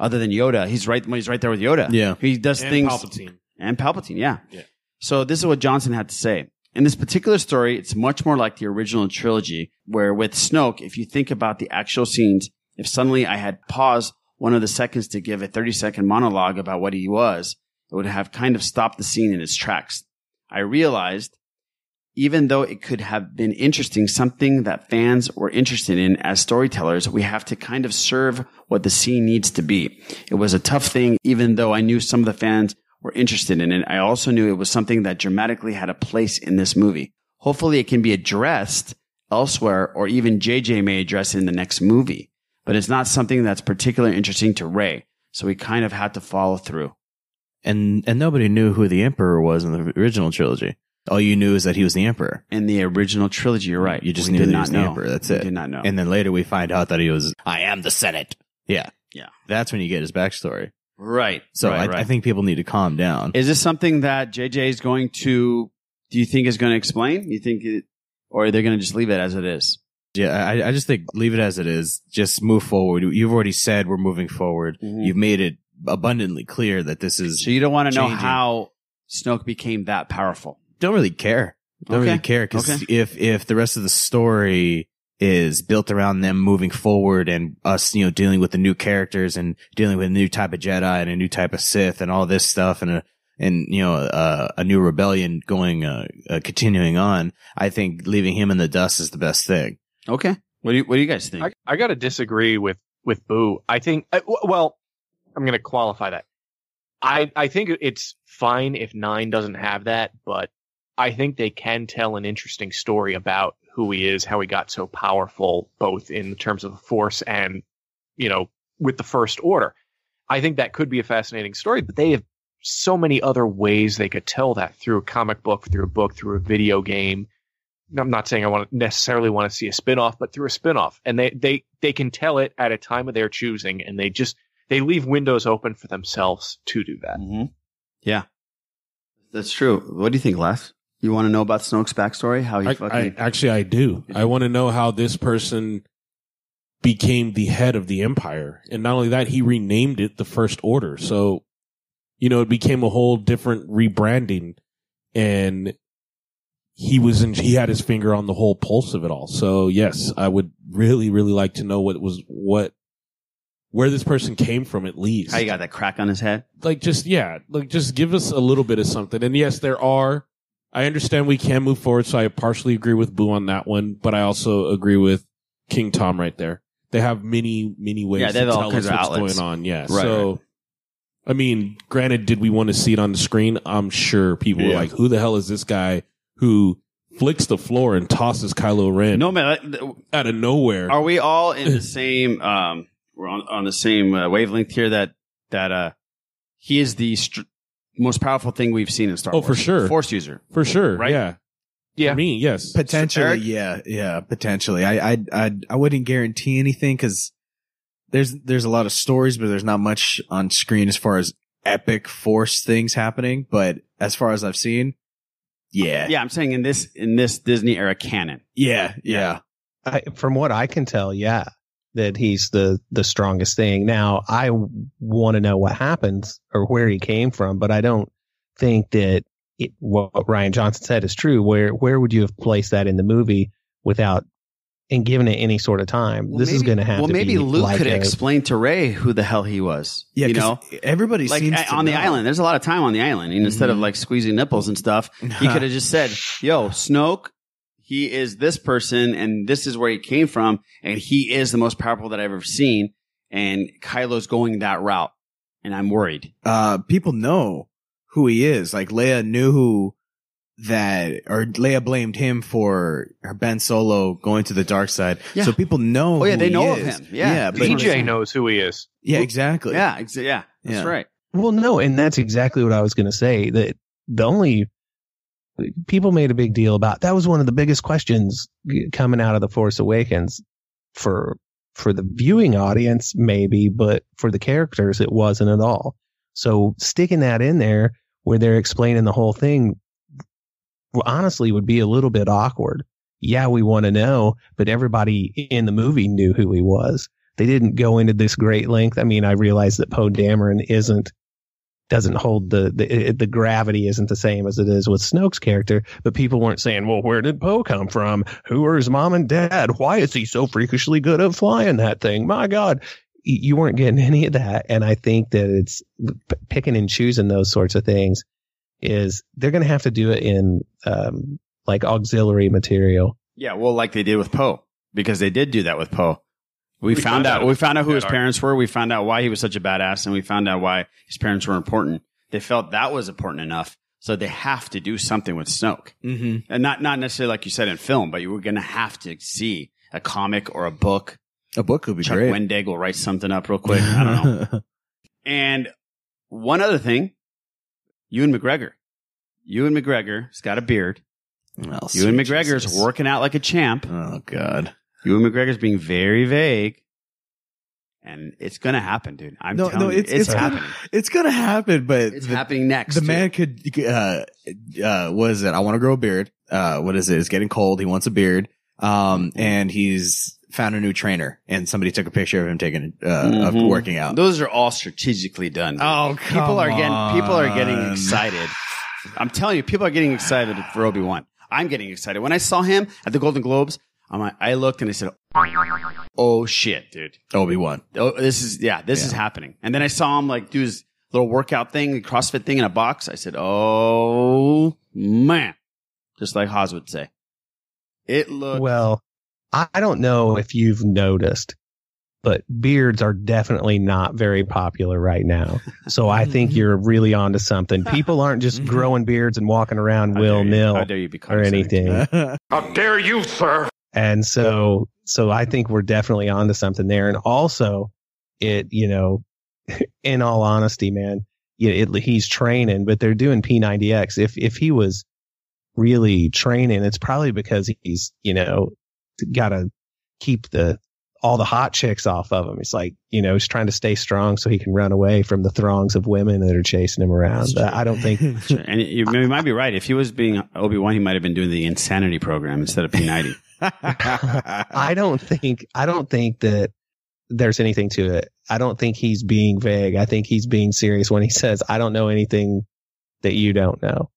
other than Yoda. He's right. He's right there with Yoda. Yeah. he does And things. Palpatine. and Palpatine. Yeah. Yeah. So this is what Johnson had to say. In this particular story, it's much more like the original trilogy, where with Snoke, if you think about the actual scenes, if suddenly I had paused one of the seconds to give a 30 second monologue about what he was, it would have kind of stopped the scene in its tracks. I realized, even though it could have been interesting, something that fans were interested in as storytellers, we have to kind of serve what the scene needs to be. It was a tough thing, even though I knew some of the fans were interested in it. I also knew it was something that dramatically had a place in this movie. Hopefully it can be addressed elsewhere or even JJ may address it in the next movie, but it's not something that's particularly interesting to Ray. So we kind of had to follow through. and and nobody knew who the emperor was in the original trilogy. All you knew is that he was the emperor. In the original trilogy, you're right. You just We knew did that not he was know. the emperor. That's We it. did not know. And then later we find out that he was. I am the [LAUGHS] Senate. Yeah, yeah. That's when you get his backstory. Right. So right, I, right. I think people need to calm down. Is this something that JJ is going to? Do you think is going to explain? You think, it, or are they going to just leave it as it is? Yeah, I, I just think leave it as it is. Just move forward. You've already said we're moving forward. You've made it abundantly clear that this is. Mm-hmm. So you don't want to know changing. how Snoke became that powerful. Don't really care. Don't Okay. really care because Okay. if if the rest of the story is built around them moving forward and us, you know, dealing with the new characters and dealing with a new type of Jedi and a new type of Sith and all this stuff and a and you know uh, a new rebellion going uh, uh, continuing on, I think leaving him in the dust is the best thing. Okay. What do you, what do you guys think? I, I got to disagree with with Boo. I think I- w- well, I'm going to qualify that. I I think it's fine if 9 doesn't have that, but I think they can tell an interesting story about who he is, how he got so powerful both in terms of the force and you know, with the first order. I think that could be a fascinating story, but they have so many other ways they could tell that through a comic book, through a book, through a video game. I'm not saying I want to necessarily want to see a spin-off, but through a spin-off. And they they they can tell it at a time of their choosing and they just they leave windows open for themselves to do that. Yeah, that's true. What do you think, Les? You want to know about Snoke's backstory? How he I, I, fucking actually, I do. I want to know how this person became the head of the empire, and not only that, he renamed it the First Order. So, you know, it became a whole different rebranding, and he was in. He had his finger on the whole pulse of it all. So, yes, I would really, really like to know what was what, where this person came from at least how he got that crack on his head? like just yeah like just give us a little bit of something and yes there are i understand we can move forward so i partially agree with boo on that one but i also agree with king tom right there they have many many ways Yeah, they to have all tell kinds us what's of outlets. going on yeah Right, so i mean granted did we want to see it on the screen i'm sure people were Yeah. like who the hell is this guy who flicks the floor and tosses kylo ren No man, I- out of nowhere Are we all in [CLEARS THROAT] the same? Um, we're on, on the same uh, wavelength here. That that uh, he is the str- most powerful thing we've seen in Star oh Wars. for sure Force user. for sure Right? yeah yeah for me yes Potentially, yeah, yeah, potentially. I, I, I, I wouldn't guarantee anything because there's there's a lot of stories, but there's not much on screen as far as epic force things happening. But as far as I've seen, yeah, Yeah, I'm saying in this in this Disney era canon. yeah, yeah. I, from what I can tell, yeah, that he's the the strongest thing. Now I want to know what happens or where he came from, but I don't think that it, what Ryan Johnson said is true. Where where would you have placed that in the movie without and given it any sort of time? this is going to have Well, to maybe be Luke like could a- explain to Ray who the hell he was. Yeah, you 'cause know, everybody like seems a- to on the know. Mm-hmm. island. There's a lot of time on the island, and instead of like squeezing nipples and stuff, [LAUGHS] he could have just said, "Yo, Snoke." He is this person, and this is where he came from, and he is the most powerful that I've ever seen. And Kylo's going that route, and I'm worried. uh, people know who he is. Like Leia knew who that or Leia blamed him for her Ben Solo going to the dark side. So people know. Oh, yeah, who they he know of is. him. Yeah. but- DJ knows who he is. Yeah, exactly. Yeah, exa- yeah, that's right. Well, no, and that's exactly what I was going to say. That the only people made a big deal about that was one of the biggest questions coming out of the Force Awakens for for the viewing audience, maybe, but for the characters, it wasn't at all. So sticking that in there where they're explaining the whole thing, well, honestly, would be a little bit awkward. Yeah, we want to know, but everybody in the movie knew who he was. They didn't go into this great length. I mean, I realize that Poe Dameron isn't doesn't hold the the it- the gravity isn't the same as it is with Snoke's character, but people weren't saying, "Well, where did Poe come from? Who are his mom and dad? Why is he so freakishly good at flying that thing? My God!" Y- You weren't getting any of that, and I think that it's p- picking and choosing those sorts of things is they're going to have to do it in um, like auxiliary material. Yeah, well, like they did with Poe, because they did do that with Poe. We, found, found out, out- we found out who that his arc. parents were. We found out why he was such a badass, and we found out why his parents were important. They felt that was important enough, so they have to do something with Snoke, Mhm. and not not necessarily like you said in film, but you were going to have to see a comic or a book. A book would be Chuck great. Wendig will write something up real quick. I don't know. [LAUGHS] And one other thing, Ewan McGregor. Ewan McGregor's got a beard. Ewan Well, sweet McGregor's Jesus. working out like a champ. Oh God. Ewan McGregor's being very vague. And it's gonna happen, dude. I'm no, telling no, you, it's, it's, it's, happening. Gonna, it's gonna happen, but it's happening next. The man could, uh, uh, what is it? I want to grow a beard. Uh, what is it? It's getting cold. He wants a beard. Um, Mm-hmm. and he's found a new trainer, and somebody took a picture of him taking, uh, of Mhm. working out. Those are all strategically done. Oh, people are getting people are getting on. excited. I'm telling you, people are getting excited for Obi Wan. I'm getting excited. When I saw him at the Golden Globes, I'm like, I looked and I said, "Oh shit, dude, Obi Wan." Oh, this is yeah, this is happening. And then I saw him like do his little workout thing, CrossFit thing in a box. I said, "Oh man," just like Haas would [LAUGHS] say. It looks Well, I I don't know if you've noticed, but beards are definitely not very popular right now. So I Mm-hmm. think you're really [LAUGHS] onto something. People aren't just growing beards and walking around will nil how Mm-hmm. dare you be or anything. How dare you, sir? and so, so I think we're definitely onto something there. And also, it you know, [LAUGHS] in all honesty, man, yeah, it, he's training, but they're doing P90X. If if he was really training, it's probably because he's, you know, got to keep the all the hot chicks off of him. It's like, you know, he's trying to stay strong so he can run away from the throngs of women that are chasing him around. But I don't think Sure. And you, you might be right. If he was being Obi Wan, he might have been doing the insanity program instead of P90. [LAUGHS] I don't think I don't think that there's anything to it. I don't think he's being vague. I think he's being serious when he says, "I don't know anything that you don't know."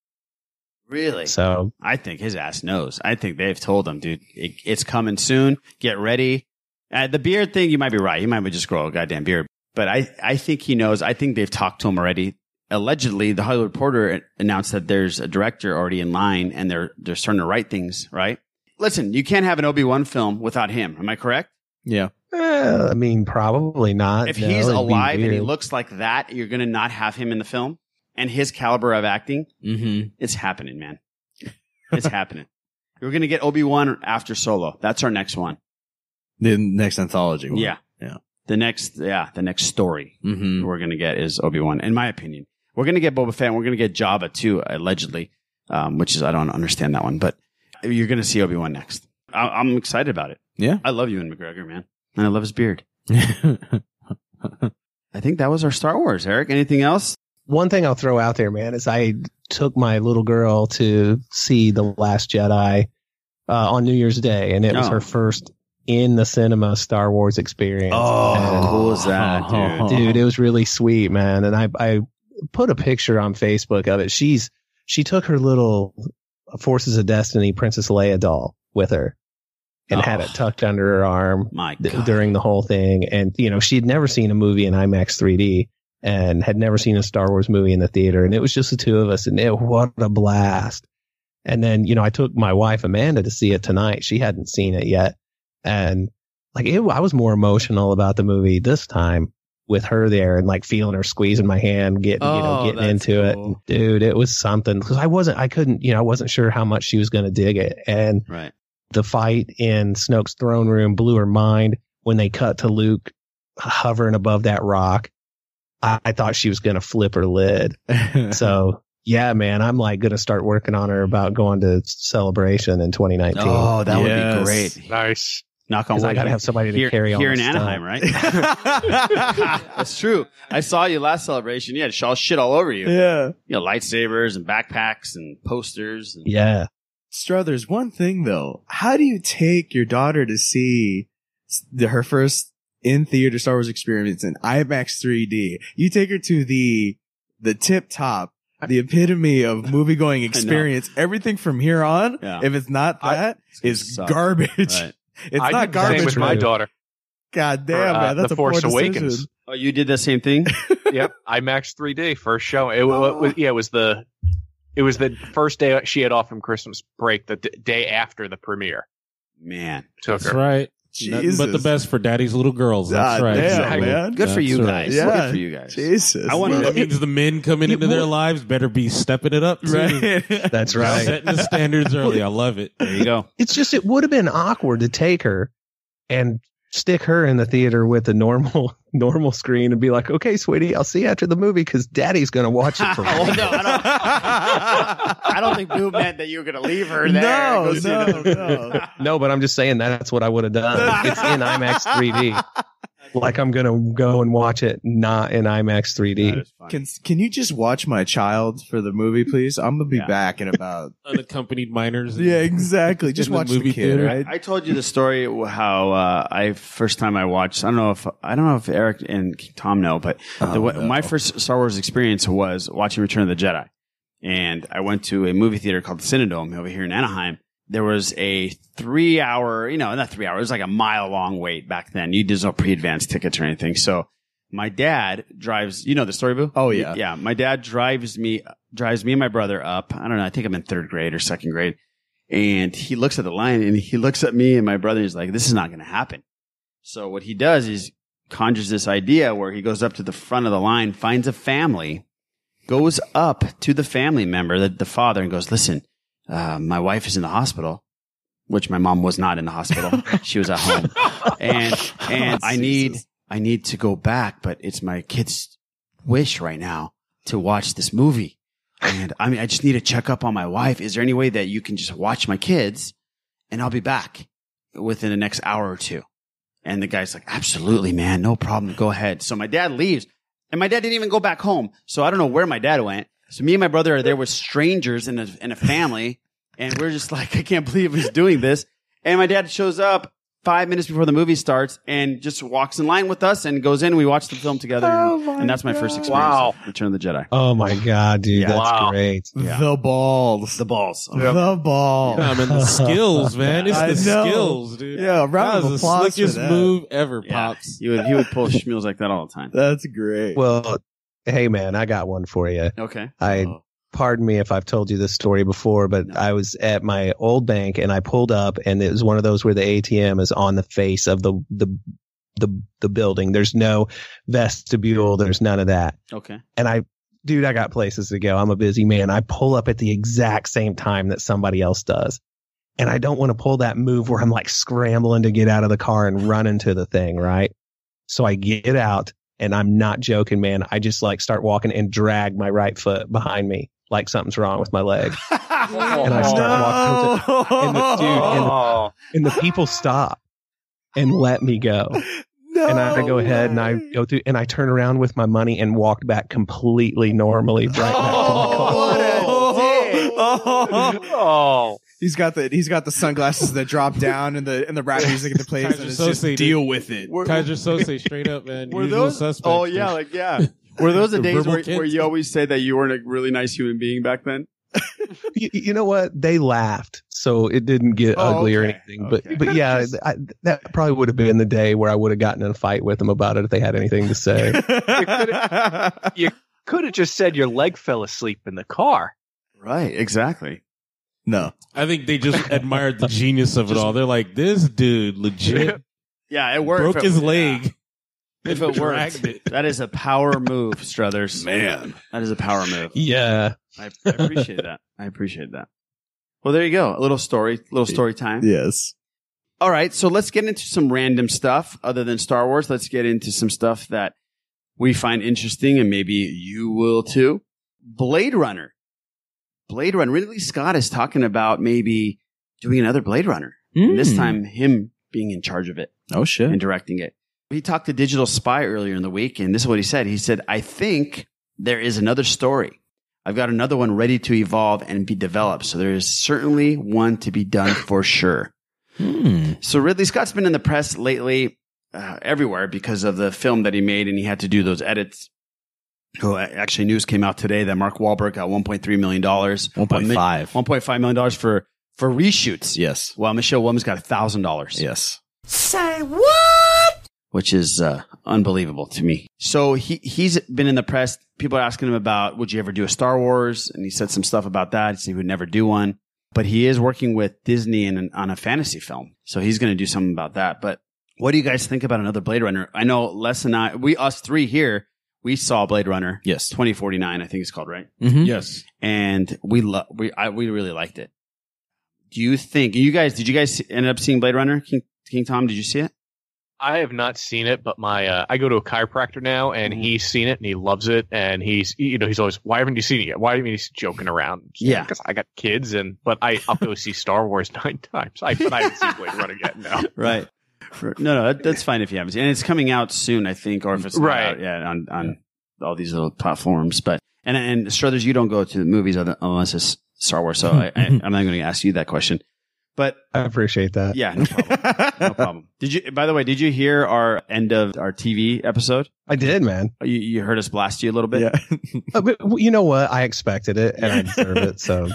really? So I think his ass knows. I think they've told him, dude, it, it's coming soon. Get ready. Uh, the beard thing, you might be right. He might be just grow a goddamn beard. But I, I think he knows. I think they've talked to him already. Allegedly, the Hollywood Reporter announced that there's a director already in line and they're, they're starting to write things, right? Listen, you can't have an Obi Wan film without him. Am I correct? Yeah. Eh, I mean, probably not. if no, he's it'd be alive and he weird. looks like that, you're going to not have him in the film. And his caliber of acting, mm-hmm. it's happening, man. It's [LAUGHS] happening. We're going to get Obi Wan after Solo. That's our next one. The next anthology. one. Yeah. Yeah. The next, yeah, the next story Mhm. we're going to get is Obi Wan, in my opinion. We're going to get Boba Fett and we're going to get Jabba too, allegedly, um, which is, I don't understand that one, but you're going to see Obi Wan next. I- I'm excited about it. Yeah. I love you and McGregor, man. And I love his beard. I think that was our Star Wars, Eric. Anything else? One thing I'll throw out there, man, is I took my little girl to see The Last Jedi uh, on New Year's Day, and it was Oh. her first in the cinema Star Wars experience. Oh, And- how cool is [LAUGHS] that, dude? dude it was really sweet man and i i put a picture on facebook of it she's she took her little forces of destiny princess leia doll with her and had it tucked under her arm My th- during the whole thing and you know she had never seen a movie in imax 3d and had never seen a star wars movie in the theater and it was just the two of us and it what a blast and then you know i took my wife amanda to see it tonight she hadn't seen it yet and like it, i was more emotional about the movie this time with her there and like feeling her squeezing my hand, getting you know Oh, getting that's into it. And, dude, it was something because I wasn't I couldn't you know I wasn't sure how much she was going to dig it and right. the fight in Snoke's throne room blew her mind when they cut to Luke hovering above that rock. I, I thought she was going to flip [LAUGHS] her lid. so yeah, man, I'm like going to start working on her about going to celebration in 2019. Oh, that would be great. Nice. Knock on 'Cause wood. I gotta have somebody to here, carry on here in the stuff. Anaheim, right? [LAUGHS] [LAUGHS] That's true. I saw you last celebration. You had all shit all over you. Yeah. You know, lightsabers and backpacks and posters. [LAUGHS] And, Yeah. Struthers, one thing though, how do you take your daughter to see s- the, her first in theater Star Wars experience in IMAX 3D? You take her to the the tip top, the [LAUGHS] epitome of movie going experience. Everything from here on, Yeah. if it's not that, is suck. garbage. Right. [LAUGHS] It's I not did the same garbage with my man. daughter. God damn, For, uh, man, that's The a poor Force decision. Awakens. Oh, you did the same thing. yep, IMAX 3D first show. It, wa- wa- was yeah, it was the it was the first day she had off from Christmas break, the d- day after the premiere. Man, took That's her. right. Nothing but the Jesus. best for daddy's little girls. That's God right. damn, man. Good for you guys. Yeah. Good for you guys. Jesus. I want man. that means the men coming into their lives better be stepping it up, too. Right. [LAUGHS] That's right. Setting the standards early. I love it. There you go. It's just it would have been awkward to take her and stick her in the theater with a normal [LAUGHS] normal screen and be like, "Okay, sweetie, I'll see you after the movie because Daddy's gonna [LAUGHS] watch it for me." I don't think Boo meant that you were going to leave her No, there. and go see no, the- no. [LAUGHS] no, but I'm just saying that's what I would have done. It's in IMAX [LAUGHS] 3D. Like I'm gonna go and watch it not in IMAX 3D. Can can you just watch my child for the movie, please? I'm gonna be Yeah. back in about. Unaccompanied minors. yeah, exactly. Just In the watch the, movie kid. theater. Right? I told you the story how uh, I first time I watched. I don't know if I don't know if Eric and Tom know, but Oh, the, wa- my first Star Wars experience was watching Return of the Jedi, and I went to a movie theater called the Cinedome over here in Anaheim. There was a three hour, you know, not three hours, it was like a mile long wait back then. You there's no pre advanced tickets or anything, so my dad drives you know the story boo oh yeah. yeah my dad drives me drives me and my brother up i don't know i think i'm in third grade or second grade and he looks at the line and he looks at me and my brother and he's like this is not going to happen so what he does is conjures this idea where he goes up to the front of the line finds a family goes up to the family member the, the father and goes listen uh, my wife is in the hospital which my mom was not in the hospital she was at home and and Oh, I need I need to go back, but it's my kid's wish right now to watch this movie. And I mean, I just need to check up on my wife. Is there any way that you can just watch my kids and I'll be back within the next hour or two? And the guy's like, absolutely, man. No problem. Go ahead. So my dad leaves and my dad didn't even go back home. So I don't know where my dad went. So me and my brother are there with strangers in a, in a family. And we're just like, I can't believe he's doing this. And my dad shows up five minutes before the movie starts and just walks in line with us and goes in. And we watch the film together. Oh and, and that's my first experience. Wow. of Return of the Jedi. Oh my god, dude, Yeah. that's Wow. great. The balls. The balls. The balls. Yeah, I mean, [LAUGHS] the skills, man. It's I the know. skills, dude. Yeah, a round That of was the applause for slickest that. move ever, pops. He would, he would pull schmeals like that all the time. That's great. Well, hey man, I got one for you. Okay. I Oh. pardon me if I've told you this story before, but I was at my old bank and I pulled up and it was one of those where the ATM is on the face of the the the the building. There's no vestibule, there's none of that. Okay. And I dude, I got places to go. I'm a busy man. I pull up at the exact same time that somebody else does. And I don't want to pull that move where I'm like scrambling to get out of the car and run into the thing, right? So I get out and I'm not joking, man. I just like start walking and drag my right foot behind me like something's wrong with my leg. and I start walking [LAUGHS] towards it. And the, dude, and, the, and the people stop and let me go. and I go ahead and I go through and I turn around with my money and walk back completely normally right [LAUGHS] Oh, oh. He's got the he's got the sunglasses [LAUGHS] that drop down and the and the rap music that plays and it's just deal with it. Kaiser Sose, straight up, man. Were Usual those- suspects, oh, yeah, [LAUGHS] dude. like, [LAUGHS] yeah. Were those the, The days verbal where, kids? where you always say that you weren't a really nice human being back then? you, you know what? They laughed, so it didn't get Oh, ugly or okay. anything. But but yeah, I, that probably would have been the day where I would have gotten in a fight with them about it if they had anything to say. You could have just said your leg fell asleep in the car. Right, exactly. No. I think they just admired the genius of it all. They're like, this dude legit Yeah, it worked. broke for- his leg. If it worked, [LAUGHS] Dragged that is a power move, Struthers. Man. that is a power move. Yeah, I, I appreciate that. I appreciate that. Well, there you go. A little story, little story time. Yes. All right, so let's get into some random stuff other than Star Wars. Let's get into some stuff that we find interesting and maybe you will too. Blade Runner. Blade Runner. Ridley Scott is talking about maybe doing another Blade Runner. And this Mm. time, him being in charge of it. Hmm. Oh, shit. And directing it. He talked to Digital Spy earlier in the week, and this is what he said. He said, I think there is another story. I've got another one ready to evolve and be developed. So there is certainly one to be done for sure. Hmm. So Ridley Scott's been in the press lately, uh, everywhere because of the film that he made, and he had to do those edits. Oh, a- actually, news came out today that Mark Wahlberg got 1.3 million dollars, 1.5. 1.5 million dollars for for reshoots. Yes. While Michelle Woman's got thousand dollars. Yes. Say what? Which is uh, unbelievable to me. So he he's been in the press. People are asking him about would you ever do a Star Wars, and he said some stuff about that. He said he would never do one, but he is working with Disney in an, on a fantasy film, so he's going to do something about that. But what do you guys think about another Blade Runner? I know Les and I, we us three here, we saw Blade Runner, yes, twenty forty nine, I think it's called, right? Mhm. Yes. and we love we I, we really liked it. Do you think you guys did you guys end up seeing Blade Runner? King, King Tom, did you see it? I have not seen it, but my uh, I go to a chiropractor now, and Mm-hmm. he's seen it and he loves it, and he's you know he's always why haven't you seen it yet? Why haven't you seen-" joking around? Yeah. because I got kids, and but I I'll go see Star Wars [LAUGHS] nine times. I but I haven't seen Blade Runner yet. No, [LAUGHS] Right. For- no, no, that- that's fine if you haven't. seen it. And it's coming out soon, I think, or if it's Right. right. out yet on on all these little platforms. But and and Struthers, you don't go to the movies other, unless it's Star Wars, so I, I, I'm not going to ask you that question. [LAUGHS] But I appreciate that. Yeah, no problem. [LAUGHS] no problem. Did you? By the way, did you hear our end of our TV episode? Oh, I did, man. You, you heard us blast you a little bit. [LAUGHS] Yeah. [LAUGHS] Uh, but w- you know what? I expected it and I deserve it. So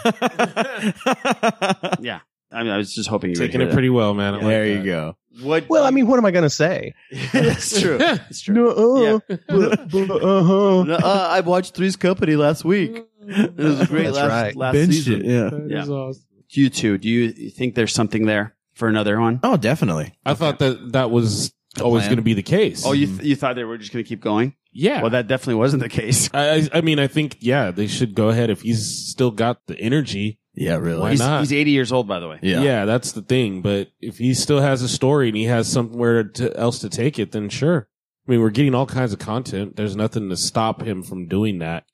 yeah. I mean, I was just hoping you Taking it pretty well, man. I like There you that. go. What? Well, I mean, what am I going [LAUGHS] to say? That's true. That's true. No, uh, uh, uh, I watched Three's Company last week. It was a great That's last, right. last Binged season. it, yeah. That [LAUGHS] yeah. is awesome. Do you two? Do you you think there's something there for another one? Oh, definitely. I thought that that was always plan. going to be the case. Oh, you th- you thought they were just going to keep going? Yeah. Well, that definitely wasn't the case. I, I- I mean, I think yeah, they should go ahead if he's still got the energy. Yeah, really. Why he's, not? he's 80 years old, by the way. yeah. that's the thing. But if he still has a story and he has somewhere to, else to take it, then sure. I mean, we're getting all kinds of content. There's nothing to stop him from doing that,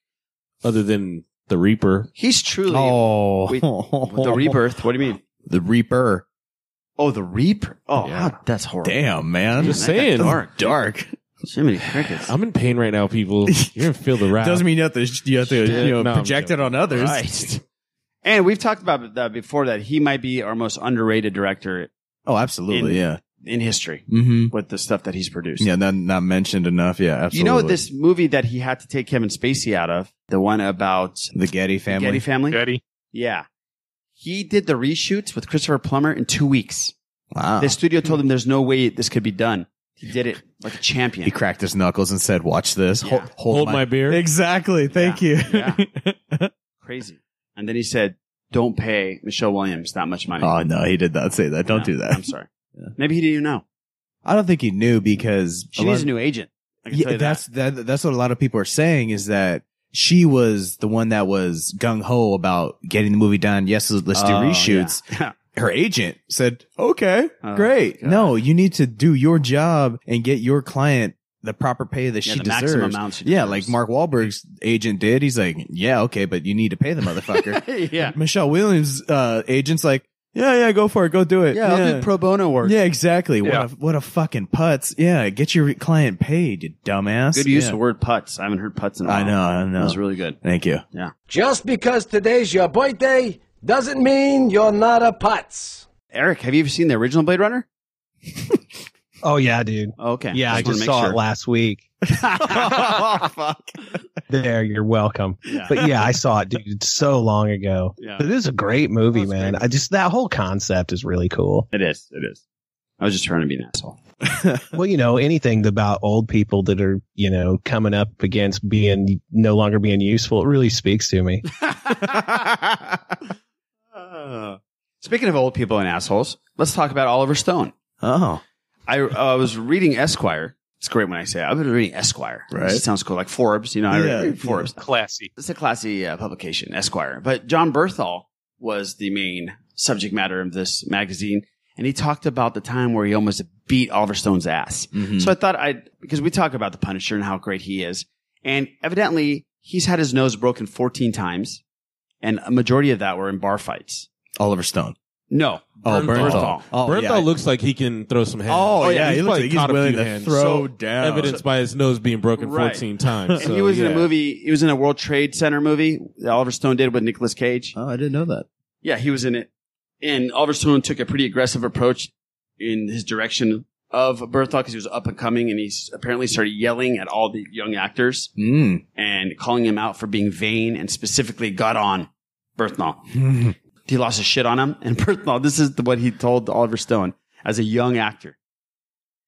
other than the Reaper. He's truly. Oh. Wait, [LAUGHS] the rebirth. What do you mean? The Reaper. Oh, the Reaper. Oh, wow, that's horrible. Damn, man. Just Man, that got saying. dark. Dark. Jiminy crickets. I'm in pain right now, people. You're gonna [LAUGHS] feel the wrath. Doesn't mean you have to, you have to Shit. you know, No, I'm project it on others. Christ. And we've talked about that before. That he might be our most underrated director Oh, absolutely. in, yeah. in history Mm-hmm. with the stuff that he's produced. Yeah, not, not mentioned enough. Yeah, absolutely. You know this movie that he had to take Kevin Spacey out of, the one about The Getty family. Getty family. Getty. Yeah, he did the reshoots with Christopher Plummer in two weeks. Wow. The studio told him there's no way this could be done. He did it like a champion. he cracked his knuckles and said, "Watch this. Hold, hold, Hold my beer. Exactly. Thank you. Yeah, crazy. And then he said, "Don't pay Michelle Williams that much money." Oh no, he did not say that. Don't No, do that. I'm sorry. Maybe he didn't even know. I don't think he knew because She a lot needs of- a new agent. I can Yeah, tell you that. that's that. That's what a lot of people are saying is that she was the one that was gung ho about getting the movie done. Yes, let's do Oh, reshoots. yeah. Her agent said, "Okay, Oh, great. God. No, you need to do your job and get your client." The proper pay that Yeah, she the deserves. maximum amount she Yeah, deserves. like Mark Wahlberg's agent did. He's like, yeah, okay, but you need to pay the motherfucker. [LAUGHS] [LAUGHS] yeah. Michelle Williams' uh, agent's like, yeah, yeah, go for it, go do it. Yeah, I'll do pro bono work. Yeah, exactly. Yeah. What a what a fucking putz. Yeah, get your client paid, you dumbass. Good use of Yeah. the word putts. I haven't heard putts in a while. I know, I know. That was really good. Thank you. Yeah. Just because today's your birthday doesn't mean you're not a putz. Eric, have you ever seen the original Blade Runner? oh yeah, dude. Okay. Yeah, I wanna just make saw sure. it last week. There, you're welcome. Yeah. But yeah, I saw it, dude, it's so long ago. Yeah. But this is a great movie, man. I just that whole concept is [LAUGHS] really cool. It is. It is. I was just trying to be an asshole. well, you know, anything about old people that are, you know, coming up against being no longer being useful, it really speaks to me. Uh, Speaking of old people and assholes, let's talk about Oliver Stone. Oh. I uh, was reading Esquire It's great when I say I've been reading Esquire. Right. It sounds cool. Like Forbes, you know, I read- Yeah, read Forbes. Classy. It's a classy uh, publication, Esquire. But John Berthal was the main subject matter of this magazine. And he talked about the time where he almost beat Oliver Stone's ass. Mhm. So I thought I'd, because we talk about the Punisher and how great he is. And evidently, he's had his nose broken 14 times. And a majority of that were in bar fights. Oliver Stone. No. Oh, Bernthal. Oh, Berthal yeah. looks like he can throw some hands. Oh, yeah, he looks probably like he's caught a few willing to hands. throw So, down. Evidenced by his nose being broken Right. 14 times. and So, he was in yeah. a movie. He was in a World Trade Center movie that Oliver Stone did with Nicolas Cage. Oh, I didn't know that. Yeah, he was in it. And Oliver Stone took a pretty aggressive approach in his direction of Berthal because he was up and coming, and he s- apparently started yelling at all the young actors Mm. and calling him out for being vain, and specifically got on Berthal. He lost his shit on him, and Berthal. This is what he told Oliver Stone as a young actor.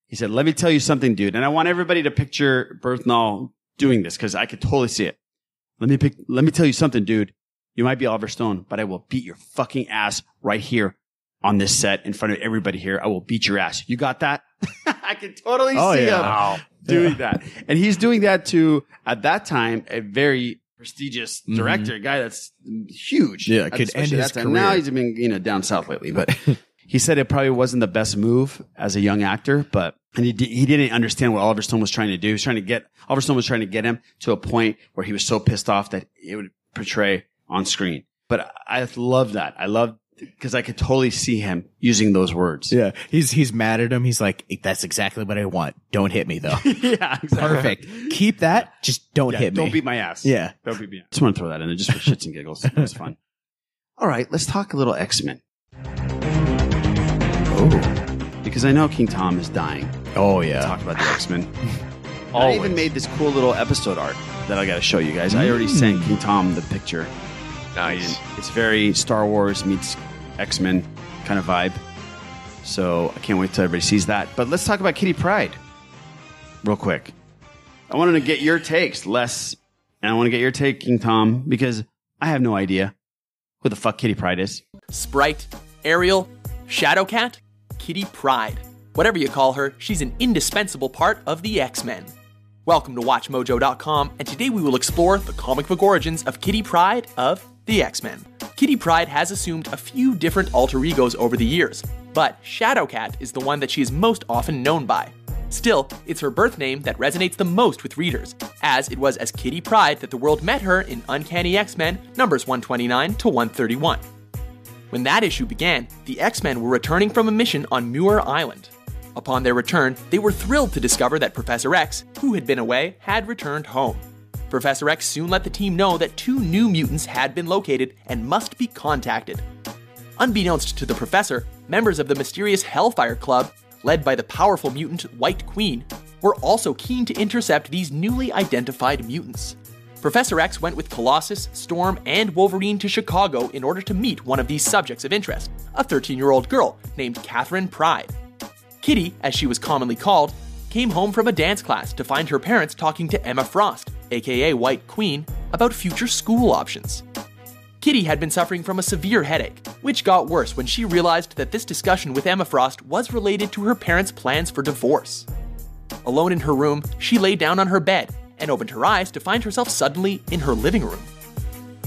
He said, "Let me tell you something, dude." And I want everybody to picture Berthnall doing this because I could totally see it. Let me pick. Let me tell you something, dude. You might be Oliver Stone, but I will beat your fucking ass right here on this set in front of everybody here. I will beat your ass. You got that? [LAUGHS] I can totally Oh, see yeah. him doing that, and he's doing that to at that time a very prestigious Mhm. director, a guy that's huge. Yeah, could especially end at his that time. Now career. he's been you know down south lately, [LAUGHS] but he said it probably wasn't the best move as a young actor, but and he di- he didn't understand what Oliver Stone was trying to do. He was trying to get Oliver Stone was trying to get him to a point where he was so pissed off that it would portray on screen. But I I love that. I love because I could totally see him using those words. Yeah, he's he's mad at him. He's like, "That's exactly what I want. Don't hit [LAUGHS] me though. [LAUGHS] yeah, perfect. Keep that. Just [LAUGHS] don't Yeah, hit me. Don't beat my ass. Yeah. Don't beat me. Just want to throw that in there just for shits and giggles. It was fun. [LAUGHS] All right, let's talk a little X Men. Oh. Because I know King Tom is dying. Oh, yeah. Talk about the X [LAUGHS] Men. I even made this cool little episode art that I got to show you guys. I already Mm. sent King Tom the picture. Nice. it's very Star Wars meets X Men kind of vibe. So I can't wait till everybody sees that. But let's talk about Kitty Pride real quick. I wanted to get your takes, Les, and I want to get your take, King Tom, because I have no idea who the fuck Kitty Pride is. Sprite, Ariel, Shadowcat, Kitty Pride. Whatever you call her, she's an indispensable part of the X Men. Welcome to WatchMojo.com, and today we will explore the comic book origins of Kitty Pride of the X Men. Kitty Pride has assumed a few different alter egos over the years, but Shadowcat is the one that she is most often known by. Still, it's her birth name that resonates the most with readers, as it was as Kitty Pride that the world met her in Uncanny X Men numbers 129 to 131. When that issue began, the X Men were returning from a mission on Muir Island. Upon their return, they were thrilled to discover that Professor X, who had been away, had returned home. Professor X soon let the team know that two new mutants had been located and must be contacted. Unbeknownst to the professor, members of the mysterious Hellfire Club, led by the powerful mutant White Queen, were also keen to intercept these newly identified mutants. Professor X went with Colossus, Storm, and Wolverine to Chicago in order to meet one of these subjects of interest, a 13 year old girl named Catherine Pride. Kitty, as she was commonly called, came home from a dance class to find her parents talking to Emma Frost, aka White Queen, about future school options. Kitty had been suffering from a severe headache, which got worse when she realized that this discussion with Emma Frost was related to her parents' plans for divorce. Alone in her room, she lay down on her bed and opened her eyes to find herself suddenly in her living room.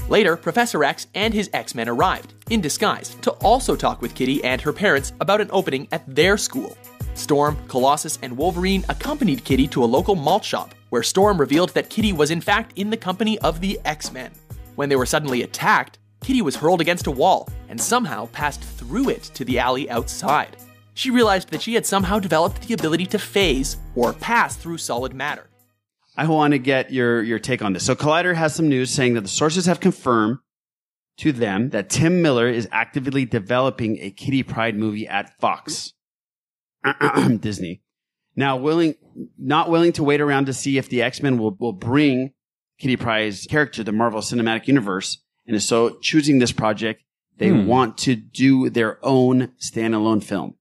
Later, Professor X and his X Men arrived, in disguise, to also talk with Kitty and her parents about an opening at their school. Storm, Colossus, and Wolverine accompanied Kitty to a local malt shop, where Storm revealed that Kitty was in fact in the company of the X Men. When they were suddenly attacked, Kitty was hurled against a wall and somehow passed through it to the alley outside. She realized that she had somehow developed the ability to phase or pass through solid matter. I want to get your your take on this. So Collider has some news saying that the sources have confirmed to them that Tim Miller is actively developing a Kitty Pride movie at Fox. [CLEARS THROAT] Disney. Now willing not willing to wait around to see if the X-Men will, will bring Kitty Pryde's character to the Marvel Cinematic Universe. And so choosing this project, they Hmm. want to do their own standalone film.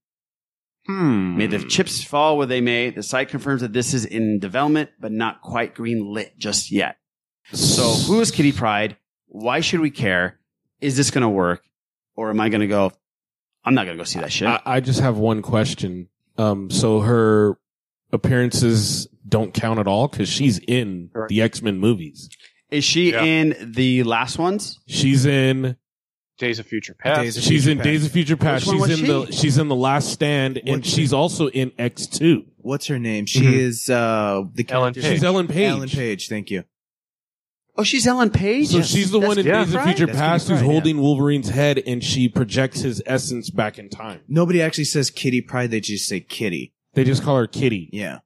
May the Hmm. chips fall where they may. The site confirms that this is in development, but not quite green lit just yet. So, who is Kitty Pride? Why should we care? Is this going to work? Or am I going to go, I'm not going to go see that shit? I, I just have one question. Um, so her appearances don't count at all because she's in the X Men movies. Is she in the last ones? She's in Days of Future Past. she's in Days of Future Past. Which She's one in was the she? she's in the Last Stand, and she's also in X two. What's her name? She Mhm. is uh the Ellen character. Page. She's Ellen Page. Ellen Page. Thank you. Oh, she's Ellen Page. So she's the one in Days of Future That's Past Kitty who's Pryde, holding Wolverine's head, and she projects his essence back in time. Nobody actually says Kitty Pride. They just say Kitty. They just call her Kitty. Yeah.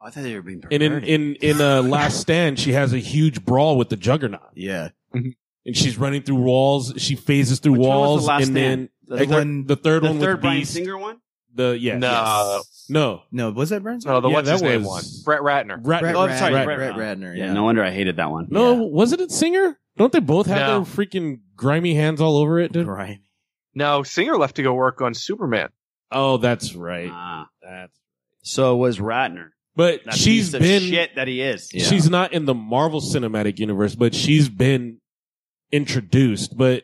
Oh, I thought they were being And in in in [LAUGHS] uh, Last Stand, she has a huge brawl with the Juggernaut. Yeah. And she's running through walls. She phases through Mm-hmm. one was walls, the Last and then Stand? the, The one, the third the one third with Bryan Beast. Singer one? The yeah, No. no, no. Was that Bryan? No, the Yeah, what's that his name one? was- Brett Ratner. Ratner. Brett Oh, I'm sorry, Ratner. Brett Brett Ratner. Ratner. Yeah, no wonder I hated that one. No, wasn't it Singer? Don't they both have No. their freaking grimy hands all over it, dude? Right. No, Singer left to go work on Superman. Oh, that's right. That's so was Ratner. But That she's piece of been shit that he is. She's not in the Marvel Cinematic Universe, but she's been introduced. But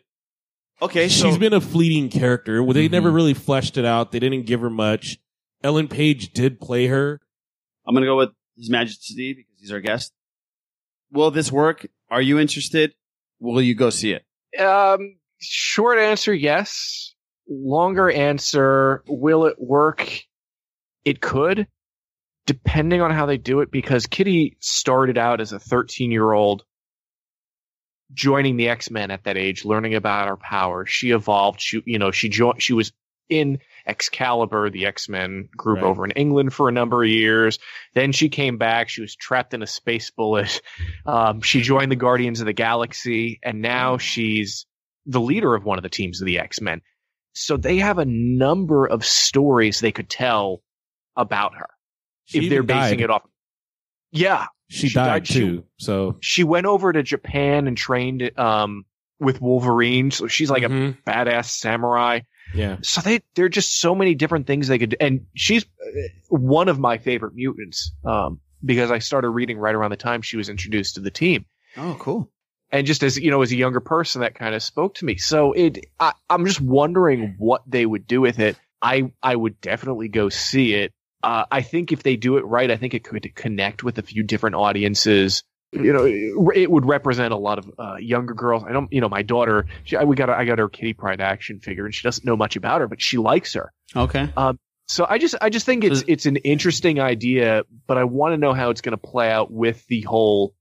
okay, she's been a fleeting character. Well, They never really fleshed it out. They didn't give her much. Ellen Page did play her. I'm gonna go with His Majesty because he's our guest. Will this work? Are you interested? Will you go see it? Um, short answer, yes. Longer answer, will it work? It could, depending on how they do it, because Kitty started out as a 13 year old joining the X Men at that age, learning about her power. She evolved. She, you know, she joined. She was in Excalibur, the X Men group Right. over in England for a number of years. Then she came back. She was trapped in a space bullet. Um, she joined the Guardians of the Galaxy, and now she's the leader of one of the teams of the X Men. So they have a number of stories they could tell about her She if they're even basing died. it off. Yeah, She, died, died- she- too. so she went over to Japan and trained um, with Wolverine. So she's like Mm-hmm. a badass samurai. yeah. So they there are just so many different things they could do. And she's uh, one of my favorite mutants um, because I started reading right around the time she was introduced to the team. Oh, cool. And just as you know, as a younger person, that kind of spoke to me. So it, I, I'm just wondering what they would do with it. I I would definitely go see it. Uh, I think if they do it right, I think it could connect with a few different audiences. You know, it, it would represent a lot of uh, younger girls. I don't, you know, my daughter. She, I, we got a- I got her Kitty Pride action figure, and she doesn't know much about her, but she likes her. Okay. Um, so I just I just think it's it's an interesting idea, but I want to know how it's going to play out with the whole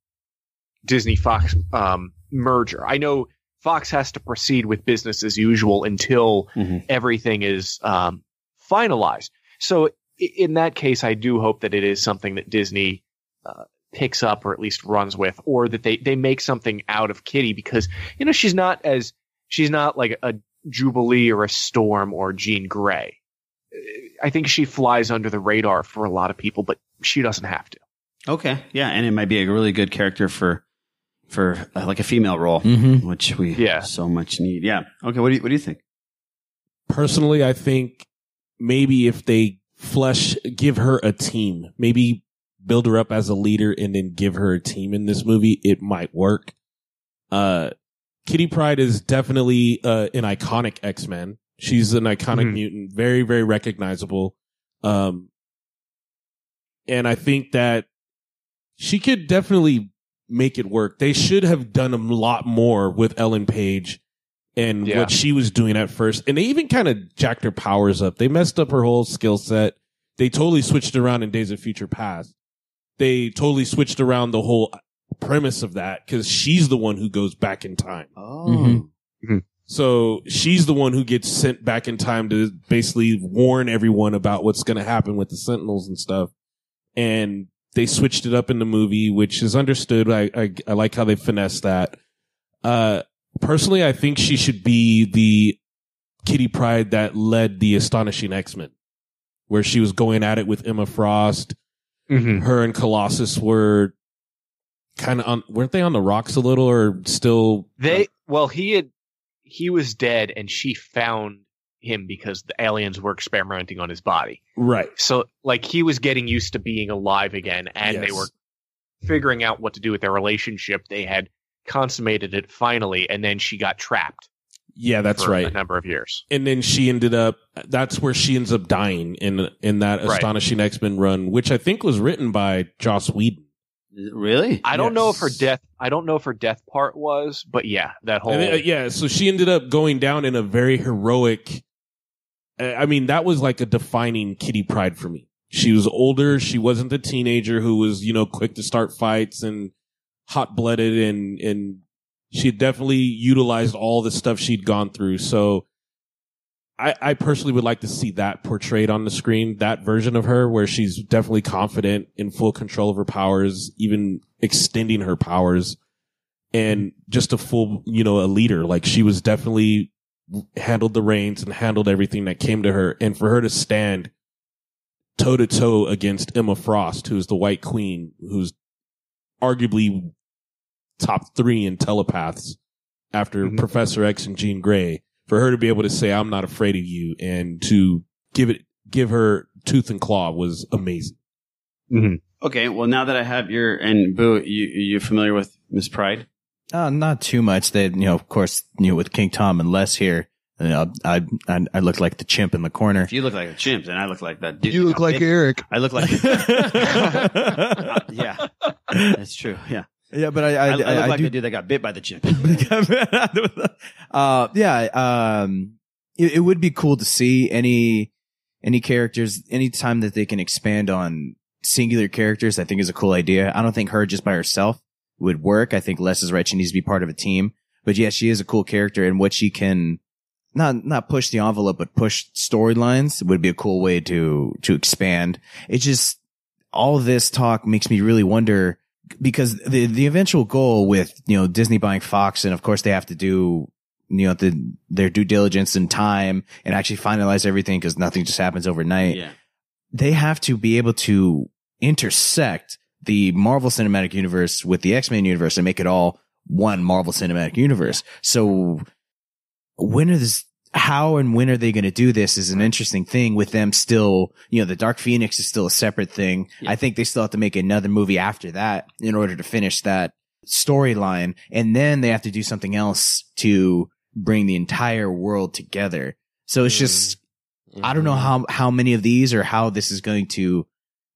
Disney Fox um, merger. I know Fox has to proceed with business as usual until everything is um, finalized. So i- in that case, I do hope that it is something that Disney uh, picks up or at least runs with, or that they they make something out of Kitty because you know she's not as she's not like a Jubilee or a Storm or Jean Grey. I think she flies under the radar for a lot of people, but she doesn't have to. Okay. Yeah, and it might be a really good character for for uh, like a female role, Mm-hmm. which we so much need. Yeah. Okay. What do you, what do you think? personally, I think maybe if they flesh, give her a team, maybe build her up as a leader and then give her a team in this movie, it might work. Uh, Kitty Pride is definitely uh, an iconic X Men. She's an iconic Mm-hmm. Mhm. mutant, very, very recognizable. Um, and I think that she could definitely make it work. They should have done a lot more with Ellen Page and Yeah. what she was doing at first. And they even kind of jacked her powers up. They messed up her whole skill set. They totally switched around in Days of Future Past. They totally switched around the whole premise of that because she's the one who goes back in time. Oh. So she's the one who gets sent back in time to basically warn everyone about what's going to happen with the Sentinels and stuff. And they switched it up in the movie, which is understood. I I, I like how they finessed that. Uh, personally, I think she should be the Kitty Pride that led the Astonishing X Men, where she was going at it with Emma Frost. Her and Colossus were kind of on, weren't they on the rocks a little or still They well, he had he was dead, and she found him because the aliens were experimenting on his body. right? So like he was getting used to being alive again, and they Yes. were figuring out what to do with their relationship. They had consummated it finally, and then she got trapped. Yeah, that's for right. A number of years. and then she ended up that's where she ends up dying in in that Right. astonishing x-men run which i think was written by joss whedon really I don't know if her death. I don't know if her death part was, but yeah, that whole. I think- uh, yeah so she ended up going down in a very heroic uh, i mean that was like a defining kitty pride for me she was older she wasn't the teenager who was you know quick to start fights and hot-blooded and and she definitely utilized all the stuff she'd gone through so I, I personally would like to see that portrayed on the screen, that version of her where she's definitely confident in full control of her powers, even extending her powers and just a full, you know, a leader. Like she was definitely handled the reins and handled everything that came to her. And for her to stand toe to toe against Emma Frost, who's the white queen, who's arguably top three in telepaths after Professor X and Jean Grey, for her to be able to say, I'm not afraid of you and to give it, give her tooth and claw was amazing. Hmm. Okay, well now that I have your and Boo, you you familiar with Miss Pride? Uh, not too much. They, you know, of course, you know, with King Tom and Les here, you know, I, I, I look like the chimp in the corner. If you look like a chimp, then I look like that dude. You look like Eric. I look [LAUGHS] like. [LAUGHS] yeah, that's true. Yeah. Yeah, but I, I, I, look I like do- the dude that got bit by the chimp. uh, yeah, um, it, it would be cool to see any any characters anytime that they can expand on singular characters. I think is a cool idea. I don't think her just by herself would work. I think Les is right; she needs to be part of a team. But yeah, she is a cool character, and what she can not not push the envelope, but push storylines would be a cool way to to expand. It just all this talk makes me really wonder because the the eventual goal with you know Disney buying Fox and of course they have to do you know the, their due diligence and time and actually finalize everything because nothing just happens overnight. Yeah. They have to be able to intersect the Marvel Cinematic Universe with the X Men universe and make it all one Marvel Cinematic Universe. So when is how and when are they going to do this is an interesting thing with them still you know the dark phoenix is still a separate thing i think they still have to make another movie after that in order to finish that storyline and then they have to do something else to bring the entire world together so it's just Mm-hmm. i don't know how how many of these or how this is going to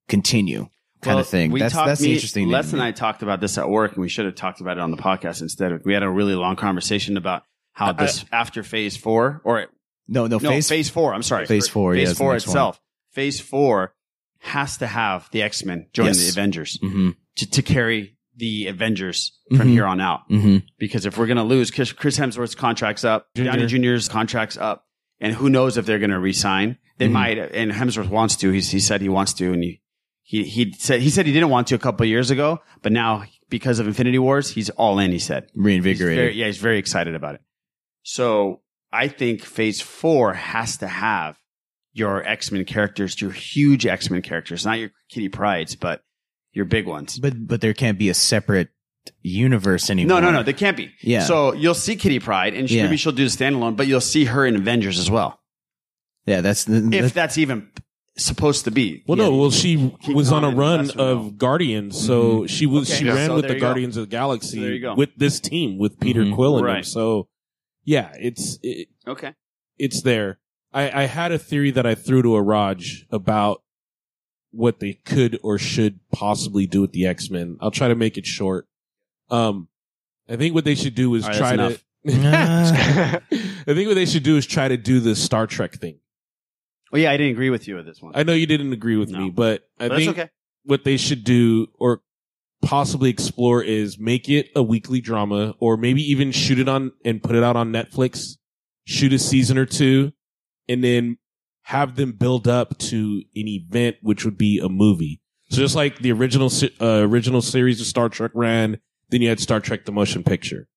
continue kind Well, of thing we that's talked- that's me- the interesting thing to Les me. and I talked about this at work, and we should have talked about it on the podcast instead. We had a really long conversation about how this after Phase Four or no no, phase phase Four. I'm sorry, Phase four, yeah, Phase is the Four next one. itself. Phase Four has to have the X Men join Yes. the Avengers Mhm. to, to carry the Avengers from Mhm. here on out. Mhm. Because if we're going to lose, Chris Chris Hemsworth's contract's up, Downey Jr.'s contract's up, and who knows if they're going to re-sign? They Mhm. might, and Hemsworth wants to. He's, he said he wants to, and he, he he said he said he didn't want to a couple of years ago, but now because of Infinity Wars, he's all in. He said Reinvigorated. He's very- yeah, he's very excited about it. So I think Phase Four has to have your X Men characters, your huge X Men characters, not your Kitty Prides, but your big ones. but but there can't be a separate universe No, anymore no, no, they can't be. Yeah. So you'll see Kitty Pride, and she, Yeah. maybe she'll do the standalone, but you'll see her in Avengers as well, yeah that's the if that's even supposed to be. Well, no, well, she was on a Kong and run Master Roll. of Guardians, so Mm-hmm. Mhm. she was Okay. she Yeah. ran So with there the you go. Guardians of the Galaxy So there you go. with this team with Mm-hmm. Peter Quill in them. Right. So, yeah, it's it, okay. It's there. I, I had a theory that I threw to Araj about what they could or should possibly do with the X Men. I'll try to make it short. Um, I think what they should do is All right, try that's to. I think what they should do is try to do the Star Trek thing. Oh yeah, I didn't agree with you with this one. I know you didn't agree with me, but I But that's think okay. what they should do or possibly explore is make it a weekly drama or maybe even shoot it on and put it out on Netflix, shoot a season or two, and then have them build up to an event, which would be a movie. So just like the original, se- uh, original series of Star Trek ran, then you had Star Trek the motion picture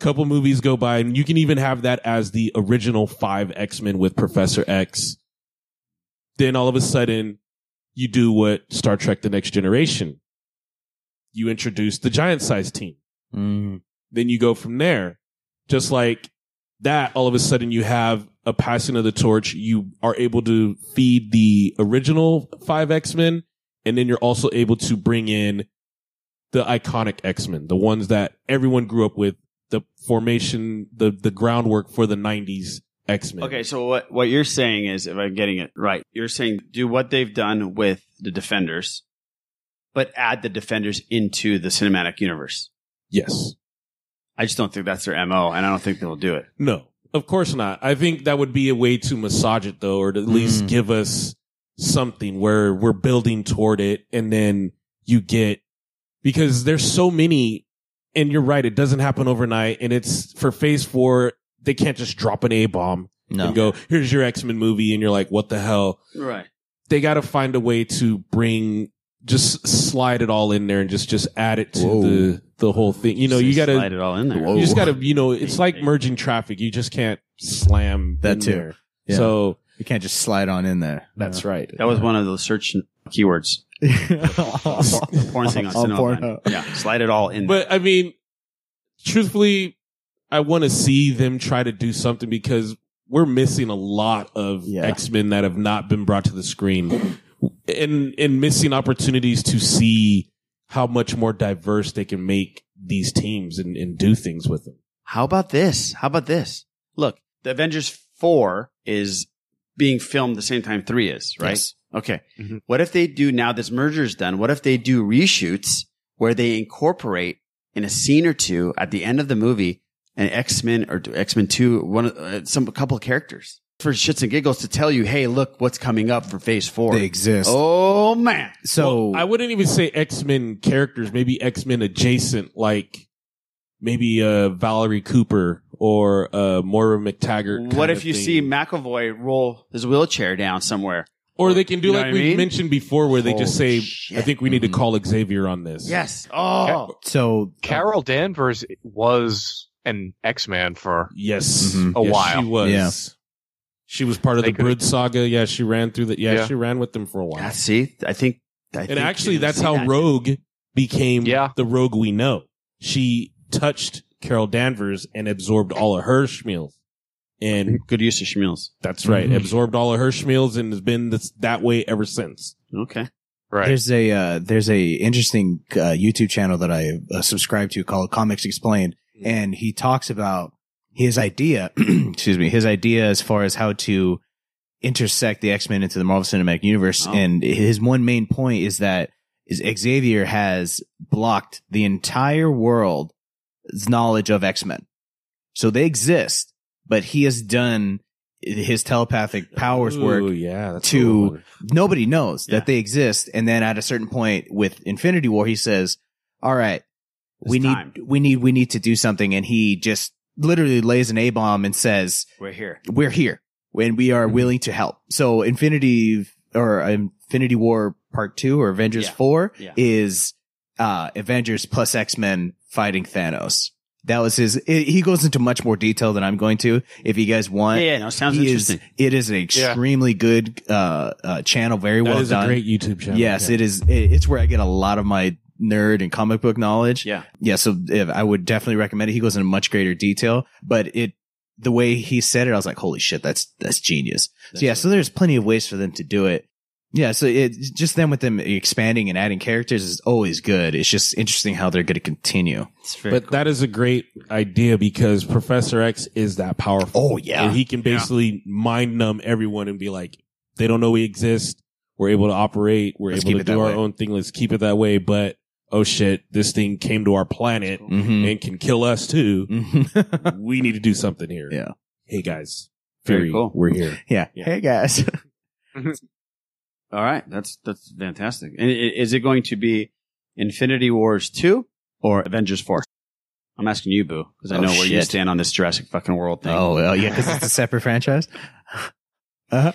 couple movies go by and you can even have that as the original five x-men with professor x then all of a sudden you do what star trek the next generation you introduce the giant sized team then you go from there just like that all of a sudden you have a passing of the torch you are able to feed the original five x-men and then you're also able to bring in the iconic X Men, the ones that everyone grew up with, the formation, the the groundwork for the '90s X Men. Okay, so what what you're saying is, if I'm getting it right, you're saying do what they've done with the Defenders, but add the Defenders into the cinematic universe. Yes. I just don't think that's their mo, and I don't think they'll do it. No, of course not. I think that would be a way to massage it though, or to at Mm. least give us something where we're building toward it and then you get, because there's so many, and you're right, it doesn't happen overnight and it's for phase four, they can't just drop an A bomb No. and go, here's your X-Men movie. And you're like, what the hell? Right. They got to find a way to bring, just slide it all in there and just, just add it to Whoa. the, the whole thing. You know, Say you got to slide it all in there. You Oh. just Whoa. got to, you know, it's like merging traffic. You just can't slam That in too. there. [LAUGHS] Yeah. So you can't just slide on in there. That's right. That was one of those search keywords. [LAUGHS] porn thing on On cinema. Pornhub. Yeah, slide it all in. But I mean, truthfully, I want to see them try to do something because we're missing a lot of X Men that have not been brought to the screen, and and missing opportunities to see how much more diverse they can make these teams and, and do things with them. How about this? How about this? Look, the Avengers 4 is being filmed the same time 3 is, right? Yes. Okay. Mm-hmm. What if they do now this merger's done? What if they do reshoots where they incorporate in a scene or two at the end of the movie an X-Men or X-Men 2 one of- uh, some a couple of characters for shits and giggles to tell you, "Hey, look what's coming up for Phase 4." They exist. Oh man. So I wouldn't even say X Men characters, maybe X Men adjacent, like maybe uh, Valerie Cooper or uh, Moira McTaggart. what kind if of you thing. see McAvoy roll his wheelchair down somewhere? Or they can do You know like what I we mean? Mm-hmm. mentioned before, where they just say, Holy "I think we need to call Xavier on this." Yes. Oh. So Carol Danvers was an X Man for yes a Yes, while. She was. She was part of They the could- Brood saga. Yeah, she ran through the. Yeah, Yeah. she ran with them for a while. see, I think. I and think actually, you that's see how that. Rogue became the Rogue we know. She touched Carol Danvers and absorbed all of her schmeals. And [LAUGHS] good use of schmeals. That's right. Mm-hmm. Mhm. Absorbed all of her schmeals and has been this, that way ever since. Okay. Right. There's a uh, there's a interesting uh, YouTube channel that I uh, subscribe to called Comics Explained, Mm-hmm. and he talks about his idea. [CLEARS THROAT] excuse me, his idea as far as how to intersect the X Men into the Marvel Cinematic Universe, Oh. and his one main point is that is Xavier has blocked the entire world's knowledge of X Men, so they exist, but he has done his telepathic powers Ooh, work yeah, that's to nobody knows that they exist. And then at a certain point with Infinity War, he says, "All right, we need, we need, we need to do something." And he just literally lays an a bomb and says, We're here. "We're here, and we Mm-hmm. are willing to help." So Infinity or uh, Infinity War Part Two or Avengers Four Yeah. is uh, Avengers plus X Men fighting Thanos. That was his. It, he goes into much more detail than I'm going to. If you guys want, Yeah, yeah, no, sounds he is- interesting. it is an extremely good uh, uh, channel, very That well is a done. great YouTube channel, Yes, yeah. it is. It, it's where I get a lot of my nerd and comic book knowledge. Yeah. yeah. So if, I would definitely recommend it. He goes into much greater detail, but it the way he said it, I was like, holy shit, that's that's genius. so yeah, so there's plenty of ways for them to do it. Yeah, so it just them with them expanding and adding characters is always good. It's just interesting how they're going to continue. but that is a great idea because Professor X is that powerful. Oh, yeah. and he can Yeah. basically mind numb everyone and be like, they don't know we exist. We're able to operate. We're Let's keep able to it that do our way. own thing. Let's keep it that way. But oh shit, this thing came to our planet Mhm. and can kill us too. [LAUGHS] we need to do something here. Mm-hmm. Yeah. Hey guys, Very Fury, cool. We're here. Yeah. [LAUGHS] Hey guys. [LAUGHS] All right, that's that's fantastic. And i- is it going to be Infinity Wars two or Avengers four? I'm asking you, Boo, because I Oh, know where you shit. stand on this Jurassic fucking world thing. Oh, well, yeah, because it's a separate franchise. [LAUGHS] all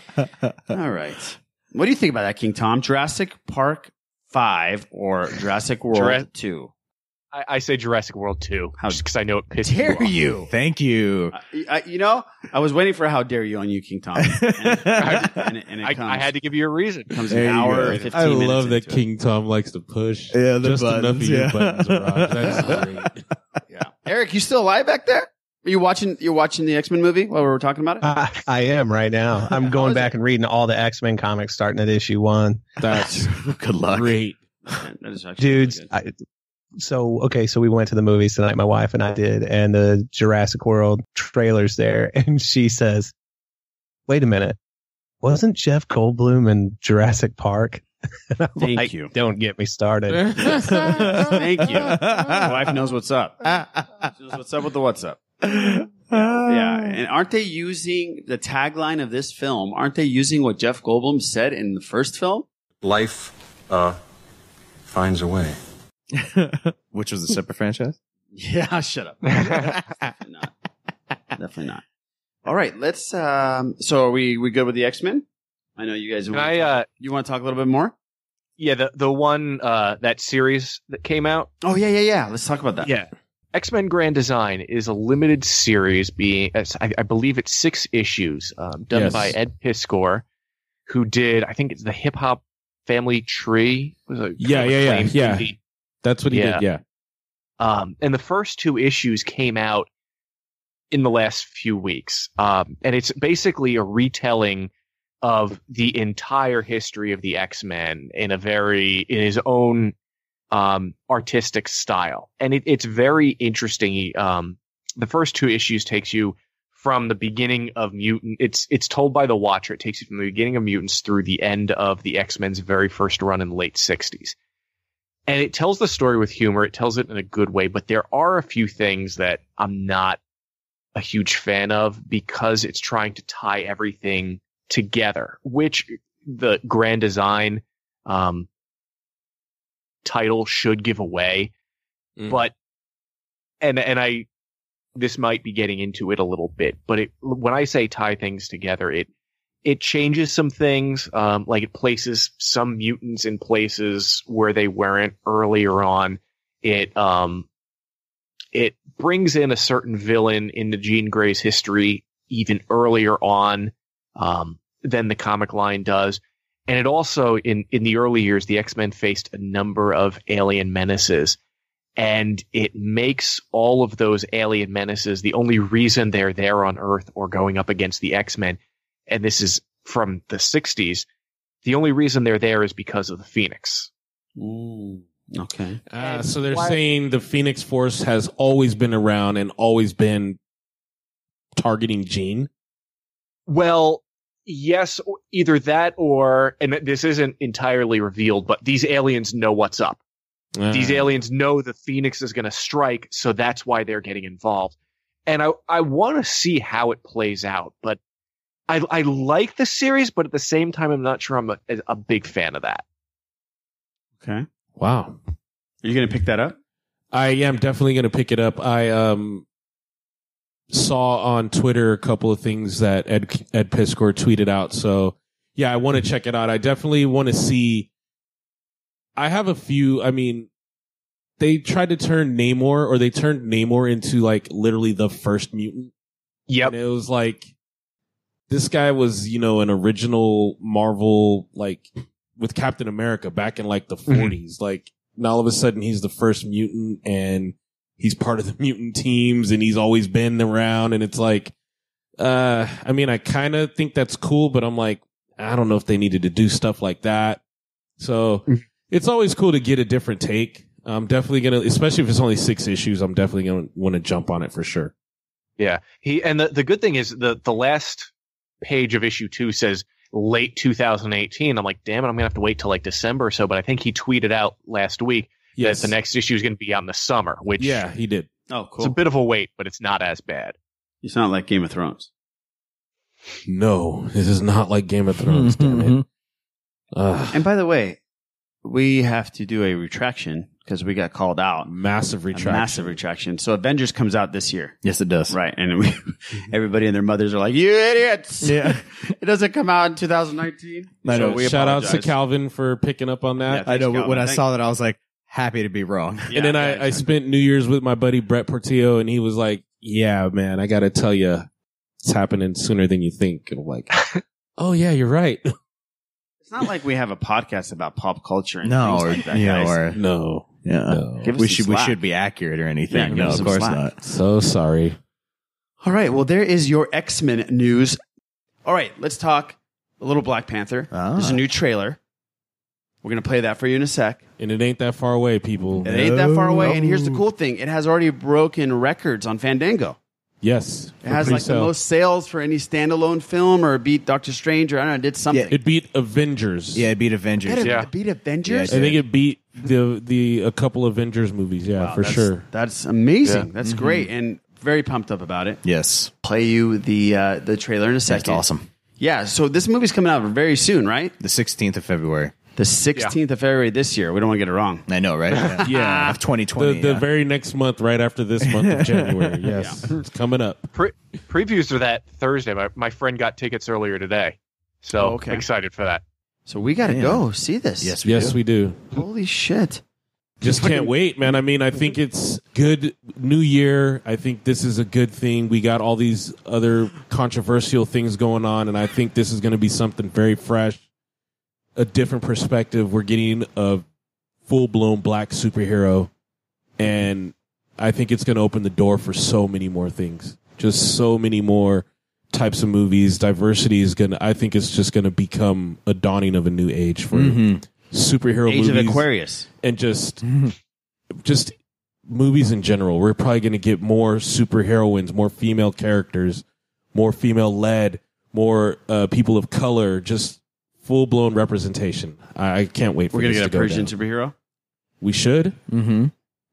right. What do you think about that, King Tom? Jurassic Park five or Jurassic World Jura- two? I, I say Jurassic World 2 just because I know it pisses dare off. you. Thank you. Y- I, you know, I was waiting for how dare you on you, King [LAUGHS] Tom. And, and it- and it I, comes. I had to give you a reason. Comes an There you hour go. and 15 I minutes love that into it. King Tom likes to push. Yeah, the just enough of buttons, your yeah. [LAUGHS] buttons, Raj. That's [LAUGHS] great. Eric, you still alive back there? Are you watching? You're watching the X Men movie while we were talking about it. Uh, I, I am right now. [LAUGHS] I'm going back and reading all the X Men comics starting at issue one. That's [LAUGHS] good luck. Great. That is actually Dudes, I, so okay, so we went to the movies tonight, my wife and I did, and the Jurassic World trailers there, [LAUGHS] and she says, "Wait a minute, wasn't Jeff Goldblum in Jurassic Park?" [LAUGHS] And I'm Thank like, you. Don't get me started. Thank you. My wife knows what's up. She knows what's up with the what's up. Yeah. And aren't they using the tagline of this film? Aren't they using what Jeff Goldblum said in the first film? Life uh, finds a way. Which was a separate franchise? [LAUGHS] Yeah, [LAUGHS] shut up. [LAUGHS] Definitely not. Definitely not. All right, let's. Um, so are we we good with the X Men? I know you guys. Can wanna I, talk- uh, you want to talk a little bit more? Yeah, the the one uh, that series that came out. Oh yeah, yeah, yeah. Let's talk about that. Yeah, X Men Grand Design is a limited series, being it's- I, I believe it's six issues, um, done Yes. by Ed Piskor, who did I think it's the Hip Hop Family Tree. Was a- Yeah, yeah, yeah, acclaimed yeah. movie. That's what he did. Yeah. Um, and the first two issues came out in the last few weeks. Um, and it's basically a retelling of the entire history of the X Men in a very, in his own um, artistic style. And it, it's very interesting. Um, the first two issues takes you from the beginning of mutant it's it's told by the watcher it takes you from the beginning of mutants through the end of the x-men's very first run in the late 60s and it tells the story with humor. It tells it in a good way, but there are a few things that I'm not a huge fan of because it's trying to tie everything together, which the grand design um, title should give away. But and and I this might be getting into it a little bit, but it when I say tie things together, it it changes some things. Um, like it places some mutants in places where they weren't earlier on. It um, it brings in a certain villain into Jean Grey's history even earlier on um, than the comic line does. And it also in in the early years, the X Men faced a number of alien menaces. And it makes all of those alien menaces the only reason they're there on Earth or going up against the X Men and this is from the 60s, the only reason they're there is because of the Phoenix. okay. Uh, so they're saying the Phoenix Force has always been around and always been targeting Jean. Well, yes, o- either that or, and this isn't entirely revealed, but these aliens know what's up. Uh. These aliens know the Phoenix is going to strike, so that's why they're getting involved. And I, I want to see how it plays out, but I, I like the series, but at the same time, I'm not sure I'm a, a big fan of that. Okay. Wow. Are you going to pick that up? I am definitely going to pick it up. I um saw on Twitter a couple of things that Ed Ed Piskor tweeted out. So yeah, I want to check it out. I definitely want to see. I have a few. I mean, they tried to turn Namor, or they turned Namor into like literally the first mutant. Yep. And it was like this guy was, you know, an original Marvel like with Captain America back in like the 40s. Like, and all of a sudden he's the first mutant and he's part of the mutant teams and he's always been around. And it's like, uh, I mean, I kind of think that's cool, but I'm like, I don't know if they needed to do stuff like that. So it's always cool to get a different take. I'm definitely going to, especially if it's only six issues, I'm definitely going to want to jump on it for sure. Yeah. He and the, the good thing is the the last page of issue two says late 2018. I'm like, damn it, I'm gonna have to wait till like December or so. But I think he tweeted out last week Yes. that the next issue is gonna be out in the summer, which Yeah, he did. Oh, it's a bit of a wait, but it's not as bad. It's not like Game of Thrones. No, this is not like Game of Thrones, damn it. Ugh. And by the way, we have to do a retraction because we got called out. Massive retraction. massive retraction. So Avengers comes out this year. Yes, it does. Right. And we, [LAUGHS] everybody and their mothers are like, you idiots. Yeah. [LAUGHS] it doesn't come out in 2019. I know. So we Shout outs to apologize. Calvin for picking up on that. I know. When I saw that, I was like, happy to be wrong. and then I, I spent New Year's with my buddy Brett Portillo, and he was like, "Yeah, man, I got to tell you, it's happening sooner than you think." And [LAUGHS] I'm like, "Oh yeah, you're right." It's not like we have a podcast about pop culture and No, things or, like that, yeah, guys. or no, yeah. Give us We some should we slack. should be accurate or Yeah, anything. give no, us of some course slack. not. So sorry. All right. Well, there is your X Men Ah. news. All right. Let's talk a little Black Panther. There's a new trailer. We're gonna play that for you in a sec. And it ain't that far away, people. It ain't that far away. And here's the cool thing: it has already broken records on Fandango. Yes. It has like the most sales for any standalone film, or beat Doctor Strange, or I don't know, it did something. It beat Avengers. Yeah, it beat Avengers. Better- Yeah. it beat Avengers? I think it beat the the a couple Avengers movies. Yeah, for that's- sure. That's amazing. Yeah. That's Mhm. great, and very pumped up about it. Yes. Play you the uh, the trailer in a second. awesome. Yeah. So this movie's coming out very soon, right? The 16th of February. The 16th of February this year. We don't want to get it wrong. Ah, I [LAUGHS] know, right? Yeah. Yeah. Of 2020. the, the yeah. very next month, right after this month [LAUGHS] of January. Yes, it's coming up. Pre- previews are that Thursday. My, my friend got tickets earlier today, so Oh, okay. excited for that. So we got to Damn. go see this. yes, we do. Holy shit! Just can't wait, man. I mean, I think it's good new year. I think this is a good thing. We got all these other controversial things going on, and I think this is going to be something very fresh, a different perspective. We're getting a full blown black superhero, and I think it's going to open the door for so many more things. Just so many more types of movies. Diversity is going to, I think it's just going to become a dawning of a new age for Mhm. superhero Mm-hmm. Age of movies Aquarius. and just [LAUGHS] just movies in general. We're probably going to get more superheroines, more female characters, more female led, more uh, people of color, just full blown representation. I, I can't wait. for We're gonna this get to a go Persian down. superhero. We should. Mm-hmm.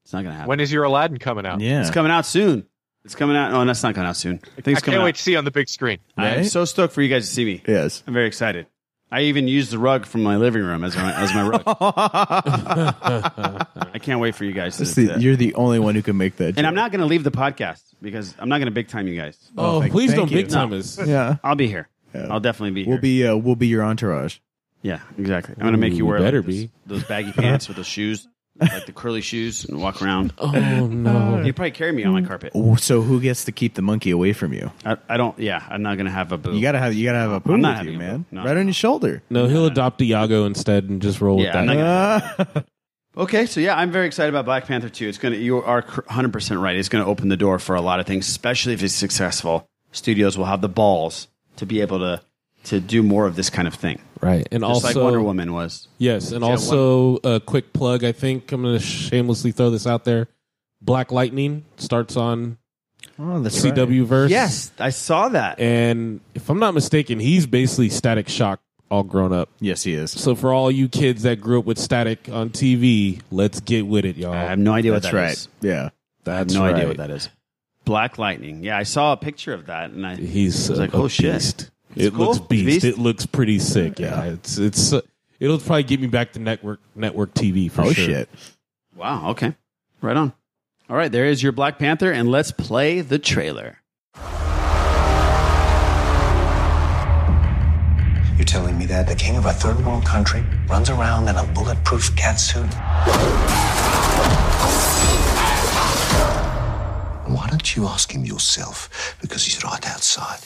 It's not gonna happen. When is your Aladdin coming out? It's coming out soon. It's coming out. Oh, that's not coming out soon. I think I it's coming can't out. wait to see you on the big screen. I'm so stoked for you guys to see me. Yes. I'm very excited. I even used the rug from my living room as my, as my [LAUGHS] rug. I can't wait for you guys to That's see the, that. you're the only one who can make that. And I'm not going to leave the podcast because I'm not going to big time you guys. Oh, Oh, thank- please thank don't you. big time No. us. Yeah. I'll be here. I'll definitely be here. We'll be uh, we'll be your entourage. Yeah, exactly. I'm going to make you wear like, better those- be. those baggy pants [LAUGHS] with those shoes, like the curly shoes, and walk around. Oh, no. [LAUGHS] You probably carry me on my carpet. Oh, So who gets to keep the monkey away from you? I, I don't. Yeah, I'm not going to have a boo. You gotta have you gotta have a poo I'm not with you, having a man. poo. No. right on your shoulder. No, he'll adopt a Yago instead and just roll Yeah, I'm with not that. [LAUGHS] Okay, so yeah, I'm very excited about Black Panther 2. It's gonna you are 100 percent right. It's gonna open the door for a lot of things, especially if it's successful. Studios will have the balls to be able to to do more of this kind of thing, right? And Just like also- Wonder Woman was. Yes, and Yeah, also a quick plug. I think I'm going to shamelessly throw this out there. Black Lightning starts on Oh, that's right. CW verse. Yes, I saw that. And if I'm not mistaken, he's basically Static Shock all grown up. Yes, he is. So for all you kids that grew up with Static on TV, let's get with it, y'all. I have no idea what That's that right. is. Yeah, I have That's no idea right. what that is. Black Lightning. Yeah, I saw a picture of that, and I He's I was a- like, a oh shit, beast. It's It cool. looks It's a beast. It looks pretty sick. Yeah, it's it's. Uh, it'll probably get me back to network network TV for Oh, sure. shit. Wow. Okay. Right on. All right, there is your Black Panther, and let's play the trailer. You're telling me that the king of a third world country runs around in a bulletproof cat suit? Why don't you ask him yourself? Because he's right outside.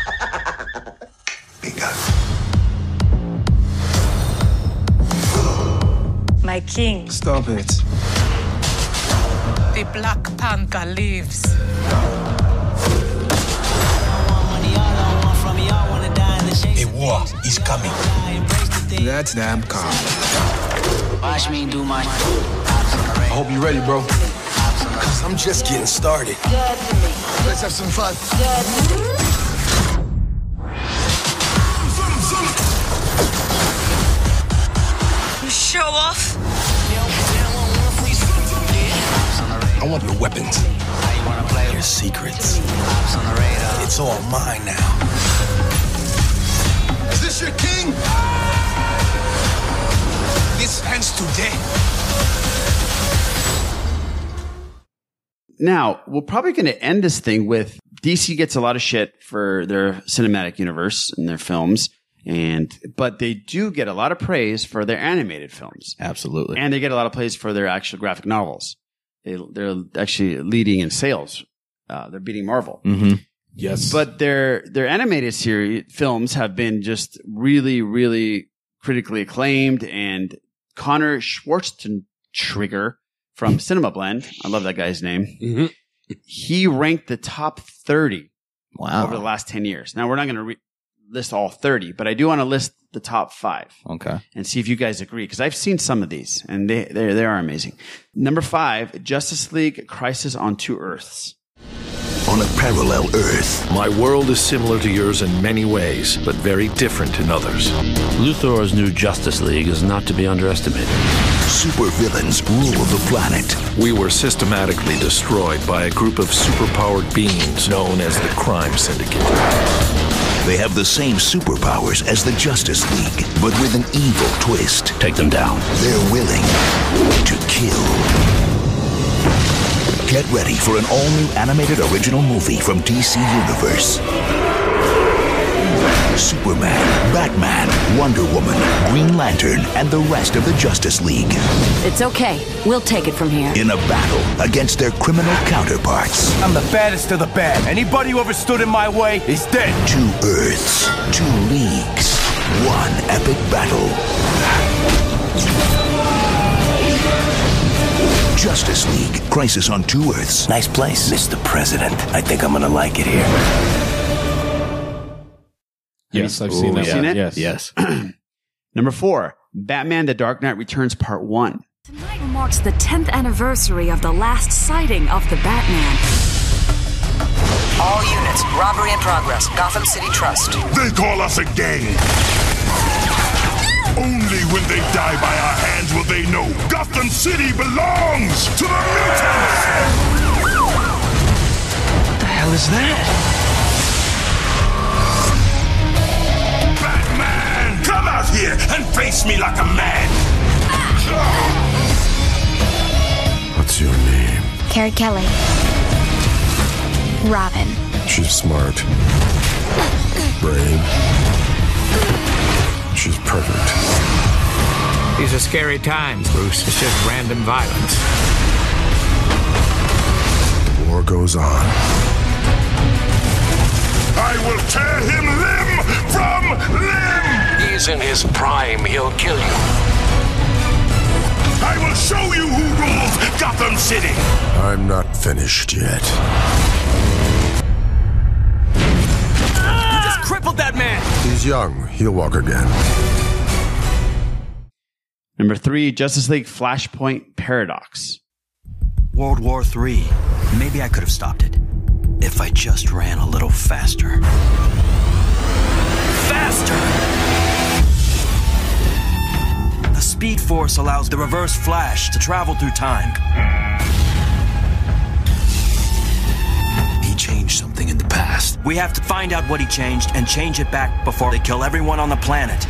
[LAUGHS] My king. Stop it. The Black Panther lives. A war is coming. That's damn calm. Watch me do my. I hope you're ready, bro. Because I'm just getting started. Let's have some fun. You show off. I want your weapons. Your secrets. It's all mine now. Is this your king? This ends today. Now, we're probably going to end this thing with DC gets a lot of shit for their cinematic universe and their films. And, but they do get a lot of praise for their animated films. Absolutely. And they get a lot of praise for their actual graphic novels. They, they're actually leading in sales. Uh, they're beating Marvel. Mm-hmm. Yes. But their, their animated series films have been just really, really critically acclaimed. And Connor Schwarzenegger from Cinema Blend, I love that guy's name he ranked the top 30 wow. over the last 10 years. Now, we're not going to re- list all 30, but I do want to list the top five Okay. and see if you guys agree because I've seen some of these and they, they they are amazing. Number five, Justice League: Crisis on Two Earths. On a parallel Earth, my world is similar to yours in many ways, but very different in others. Luthor's new Justice League is not to be underestimated. Supervillains rule the planet. We were systematically destroyed by a group of superpowered beings known as the Crime Syndicate. They have the same superpowers as the Justice League, but with an evil twist. Take them down. They're willing to kill. Get ready for an all-new animated original movie from DC Universe. Superman, Batman, Wonder Woman, Green Lantern, and the rest of the Justice League It's okay. We'll take it from here. In a battle against their criminal counterparts. I'm the baddest of the bad. Anybody who ever stood in my way is dead. Two Earths, two leagues, one epic battle. Justice League, Crisis on Two Earths. Nice place. Mr. President, I think I'm gonna like it here. Yes, I've seen that. Seen one. it? Yes. Yes. [CLEARS THROAT] Number four, Batman: The Dark Knight Returns Part One. Tonight marks the 10th anniversary of the last sighting of the Batman. All units, robbery in progress. Gotham City Trust. They call us a gang. Only when they die by our hands will they know Gotham City belongs to the mutants! What the hell is that? Batman, come out here and face me like a man! What's your name? Carrie Kelly. Robin. She's smart. Brave. She's perfect. These are scary times, Bruce. It's just random violence. The war goes on. I will tear him limb from limb! He's in his prime, he'll kill you. I will show you who rules Gotham City! I'm not finished yet. You just crippled that man! He's young. He'll walk again. Number three, Justice League: Flashpoint Paradox. World War III. Maybe I could have stopped it if I just ran a little faster. Faster! The Speed Force allows the reverse flash to travel through time. He changed something in the past. We have to find out what he changed and change it back before they kill everyone on the planet.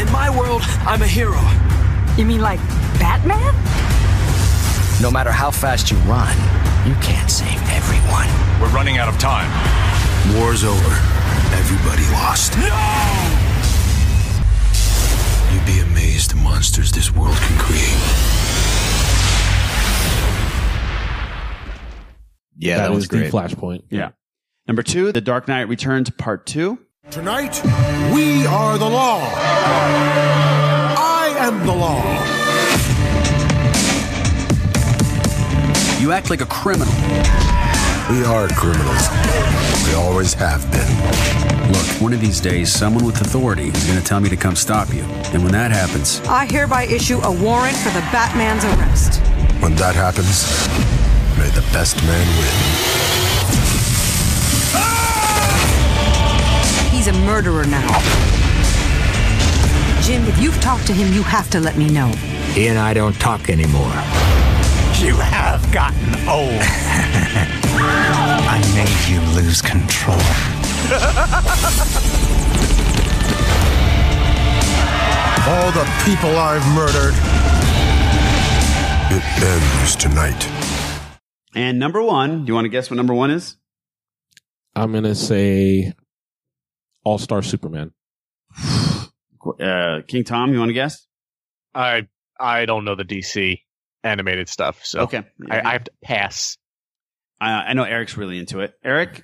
In my world, I'm a hero. You mean like Batman? No matter how fast you run, you can't save everyone. We're running out of time. War's over. Everybody lost. No! You'd be amazed the monsters this world can create. Yeah, that was the Flashpoint. Yeah. Number two, The Dark Knight Returns Part Two. Tonight, we are the law. I am the law. You act like a criminal. We are criminals. We always have been. Look, one of these days, someone with authority is going to tell me to come stop you. And when that happens, I hereby issue a warrant for the Batman's arrest. When that happens, may the best man win. He's a murderer now. Jim, if you've talked to him, you have to let me know. He and I don't talk anymore. You have gotten old. [LAUGHS] I made you lose control. [LAUGHS] All the people I've murdered. It ends tonight. And number one, do you want to guess what number one is? I'm gonna say All Star Superman. [SIGHS] Uh, King Tom, you want to guess? I I don't know the DC animated stuff, so Okay. Oh, I, I have to pass. Uh, I know Eric's really into it. Eric,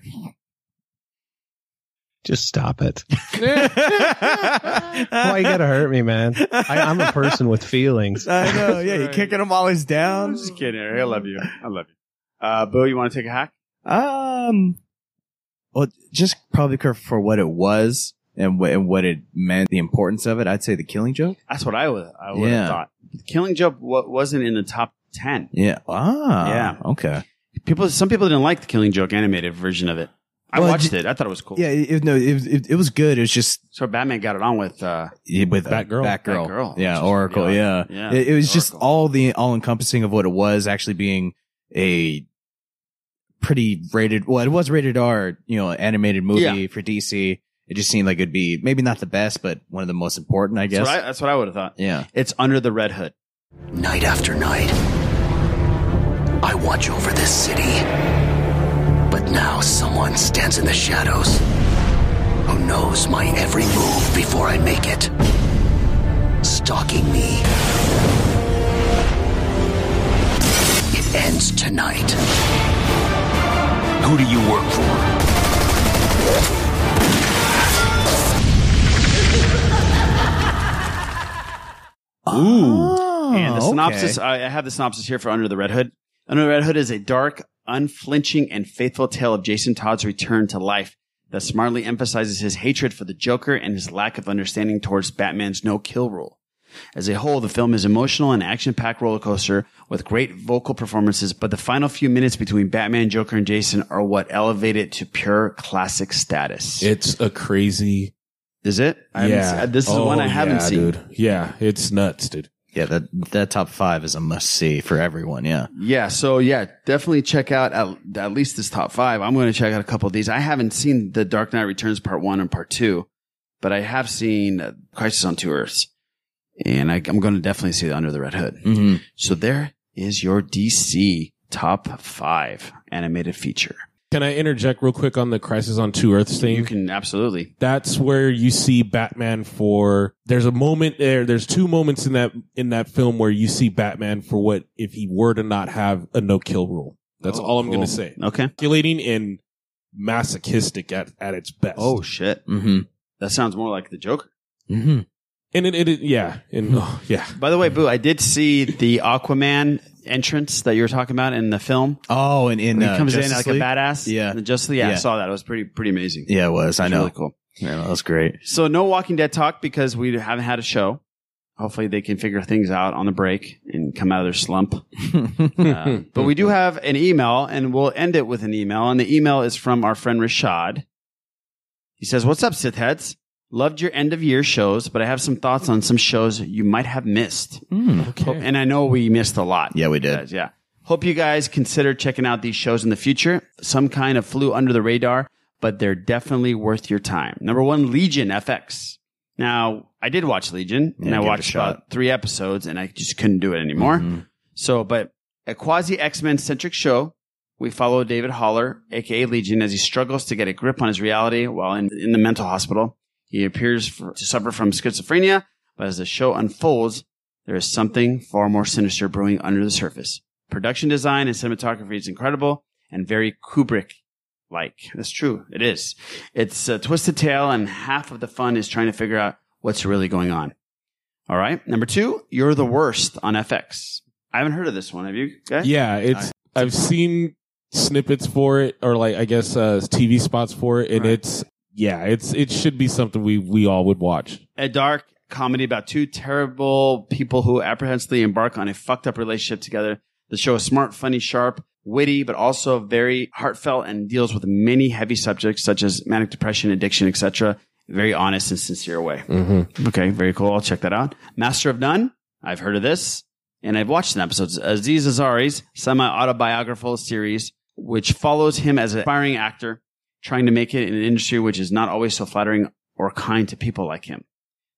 Just stop it. Why you gotta hurt me, man? I, I'm a person with [LAUGHS] feelings. [LAUGHS] I know. Yeah, you're kicking them always down. just kidding. Eric. I love you. I love you. Uh, Boo, you want to take a hack? Um, Well, just probably cor- for what it was and, wh- and what it meant, the importance of it, I'd say the Killing Joke. That's what I would I would Yeah. have thought. Killing Joke wa- wasn't in the top ten. Yeah. Ah. Yeah. Okay. People, some people didn't like the Killing Joke animated version of it. I Well, watched j- it. I thought it was cool. Yeah. It, it- no, it, it, it was good. It was just So Batman got it on with uh, Yeah, with uh, Batgirl. Batgirl. Batgirl. Yeah, Oracle. Yeah. Yeah. It, it was just all the all encompassing of what it was actually being a pretty rated. Well, it was rated R. You know, animated movie Yeah. for DC. It just seemed like it'd be maybe not the best, but one of the most important, I guess. That's what I, that's what I would have thought. yeah. It's under the red hood. Night after night, I watch over this city. But now someone stands in the shadows who knows my every move before I make it, stalking me. It ends tonight. Who do you work for? Ooh. and the okay. synopsis, I, I have the synopsis here for Under the Red Hood. Under the Red Hood is a dark, unflinching, and faithful tale of Jason Todd's return to life that smartly emphasizes his hatred for the Joker and his lack of understanding towards Batman's no kill rule. As a whole, the film is emotional and action-packed roller coaster with great vocal performances, but the final few minutes between Batman, Joker, and Jason are what elevate it to pure classic status. It's a crazy. Is it? I haven't Oh, yeah. seen- uh, this is one one I haven't seen. Dude. Yeah, it's nuts, dude. Yeah, that that top five is a must see for everyone. Yeah. Yeah, so yeah, definitely check out at, at least this top five. I'm going to check out a couple of these. I haven't seen the Dark Knight Returns Part One and Part Two, but I have seen uh, Crisis on Two Earths, and I, I'm going to definitely see Under the Red Hood. Mhm. So there is your DC top five animated feature. Can I interject real quick on the Crisis on Two Earths thing? You can absolutely. That's where you see Batman for. There's a moment there. There's two moments in that in that film where you see Batman for what if he were to not have a no kill rule. That's Oh, all I'm cool. going to say. Okay. Calculating and masochistic at at its best. Oh shit, Mm-hmm. that sounds more like the Joker. Mm-hmm. And it, it, it yeah, and oh, [SIGHS] yeah. By the way, Boo, I did see the Aquaman entrance that you were talking about in the film. Oh, and in When uh, he comes Justice in like League? a badass. Yeah. And Just yeah, Yeah. I saw that. It was pretty pretty amazing. Yeah, it was. I It's know. really cool. Yeah, that was great. So no Walking Dead talk because we haven't had a show. Hopefully they can figure things out on the break and come out of their slump. Hmm. Uh, but we do have an email, and we'll end it with an email. And the email is from our friend Rashad. He says, "What's up, Sith heads? Loved your end of year shows, but I have some thoughts on some shows you might have missed. Hmm. Hope- and I know we missed a lot. Yeah, we did. guys, yeah. Hope you guys consider checking out these shows in the future. Some kind of flew under the radar, but they're definitely worth your time. Number one, Legion FX. Now, I did watch Legion, Yeah, and I give it a watched shot. Mm-hmm. about three episodes, and I just couldn't do it anymore. So, but a quasi X Men centric show. We follow David Holler, aka Legion, as he struggles to get a grip on his reality while in, in the mental hospital. He appears for, to suffer from schizophrenia, but as the show unfolds, there is something far more sinister brewing under the surface. Production design and cinematography is incredible and very Kubrick like. That's true. It is. It's a twisted tale, and half of the fun is trying to figure out what's really going on. All right. Number two, You're the Worst on FX. I haven't heard of this one. Have you guys? Yeah, it's All I've seen snippets for it or like I guess uh TV spots for it and it's yeah, it's it should be something we we all would watch. a dark comedy about two terrible people who apprehensively embark on a fucked up relationship together. The show is smart, funny, sharp, witty, but also very heartfelt and deals with many heavy subjects such as manic depression, addiction, etc. Very honest and sincere way. Okay, very cool. I'll check that out. Master of None. I've heard of this, and I've watched an episode. It's Aziz Ansari's semi-autobiographical series, which follows him as an aspiring actor trying to make it in an industry which is not always so flattering or kind to people like him.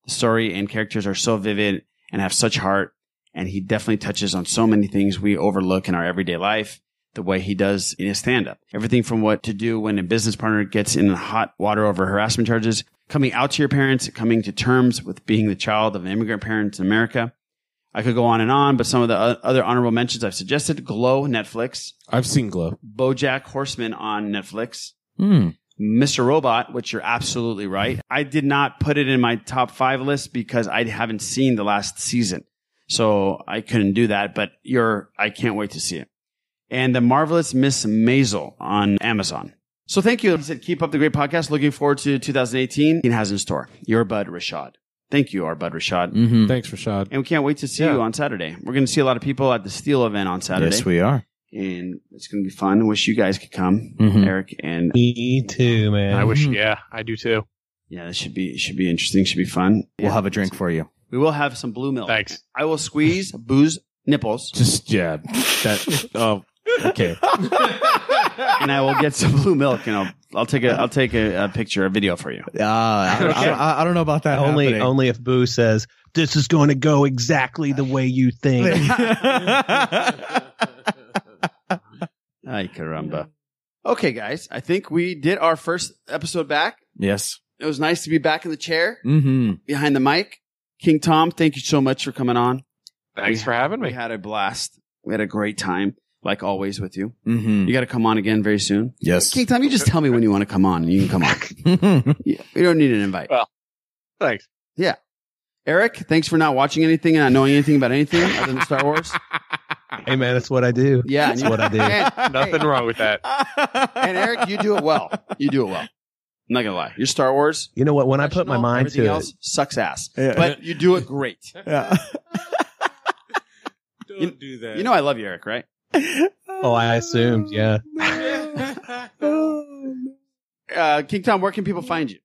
The story and characters are so vivid and have such heart, and he definitely touches on so many things we overlook in our everyday life. The way he does in his stand up. Everything from what to do when a business partner gets in hot water over harassment charges, coming out to your parents, coming to terms with being the child of immigrant parents in America. I could go on and on, but some of the o- other honorable mentions I've suggested Glow, Netflix, I've seen Glow. Bojack Horseman on Netflix, Hmm. Mr. Robot, which you're absolutely right. I did not put it in my top five list because I haven't seen the last season. So I couldn't do that, but you're, I can't wait to see it. And the marvelous Miss Maisel on Amazon. So thank you. He said, keep up the great podcast. Looking forward to 2018. He has in store. Your bud, Rashad. Thank you, our bud, Rashad. Mm-hmm. Thanks, Rashad. And we can't wait to see you on Saturday. We're going to see a lot of people at the Steel event on Saturday. Yes, we are. And it's going to be fun. I wish you guys could come, Mm-hmm. Mhm. Eric and Me too, man. I wish, yeah, I do too. Yeah, this should be should be interesting. Should be fun. We'll Yeah. have a drink for you. We will have some blue milk. Thanks. I will squeeze [LAUGHS] booze nipples. Just yeah. That oh okay. [LAUGHS] and I will get some blue milk, and I'll I'll take a I'll take a, a picture, a video for you. Uh, I, don't, I, don't, Ah, I don't know about that. only happening. only if Boo says this is going to go exactly the way you think. [LAUGHS] [LAUGHS] Ay caramba. Okay, guys, I think we did our first episode back. Yes. It was nice to be back in the chair Mm-hmm. behind the mic. King Tom, thank you so much for coming on. Thanks We- for having We me. had a blast. We had a great time, like always with you. Mm. Mm-hmm. You got to come on again very soon. Yes. King Tom, you just tell me when you want to come on, and you can come on. [LAUGHS] Yeah, you don't need an invite. Thanks. Eric, thanks for not watching anything and not knowing anything about anything other than Star [LAUGHS] Wars. hey man, that's what I do. Yeah, that's what I do. And, [LAUGHS] Nothing wrong with that. [LAUGHS] and Eric, you do it well. You do it well. I'm not gonna lie. Your Star Wars. You know what? When I put my professional, mind everything to else sucks ass, Yeah. but you do it great. [LAUGHS] Yeah. Don't do that. You know I love you, Eric, right? it, [LAUGHS] oh, I assumed, yeah. [LAUGHS] Uh, King Tom, where can people find you?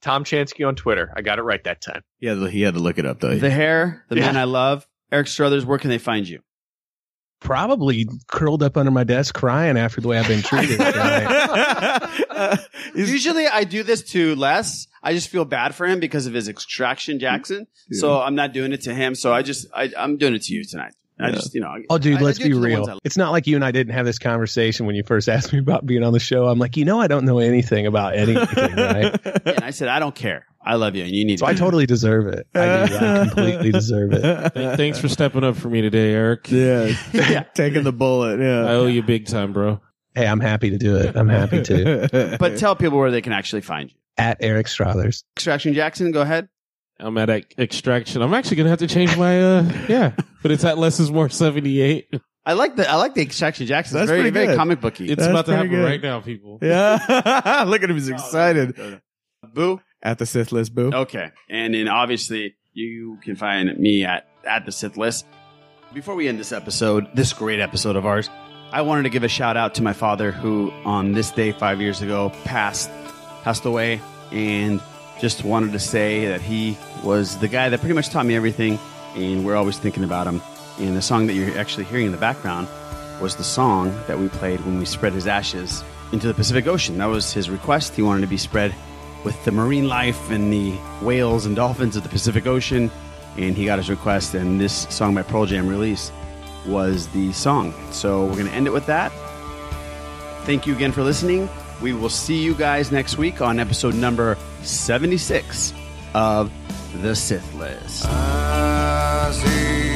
Tom Chansky on Twitter. I got it right that time. He had, to, he had to look it up though. The hair, the Yeah. man I love, Eric Struthers. Where can they find you? Probably curled up under my desk crying after the way I've been [LAUGHS] treated. Like, Usually I do this to Les. I just feel bad for him because of his extraction, Jackson. So I'm not doing it to him. So I just I, I'm doing it to you tonight. I just you know. I- oh, dude, I- I let's do it be to the ones I [LAUGHS] real. love. It's not like you and I didn't have this conversation when you first [LAUGHS] asked me about being on the show. I'm like, you know, I don't know anything about [LAUGHS] anything, right? Yeah, and I said I don't care. I love you, and you need. So to I totally deserve it. I, do. I completely deserve it. [LAUGHS] Th- thanks for stepping up for me today, Eric. [LAUGHS] yeah. Taking the bullet. I Yeah. owe you big time, bro. Hey, I'm happy to do it. I'm happy to. [LAUGHS] But [LAUGHS] tell people where they can actually find you. At Eric Strathers. Extraction Jackson, go ahead. I'm at ex- extraction. I'm actually gonna have to change my uh yeah. But it's at less is more seventy eight. I like the I like the Extraction Jackson. It's That's very pretty very good. comic booky. It's That's about to pretty happen good. right now, people. yeah. [LAUGHS] look at him. He's excited. Oh, Boo. At the Sith list boo. Okay, and then obviously you can find me at at the Sith List. Before we end this episode, this great episode of ours, I wanted to give a shout out to my father, who on this day five years ago passed passed away, and just wanted to say that he was the guy that pretty much taught me everything, and we're always thinking about him. And the song that you're actually hearing in the background was the song that we played when we spread his ashes into the Pacific Ocean. That was his request. He wanted to be spread with the marine life and the whales and dolphins of the Pacific Ocean, and he got his request. And this song by Pearl Jam release was the song. So we're gonna end it with that. Thank you again for listening. We will see you guys next week on episode number 76 of The Sith List. I see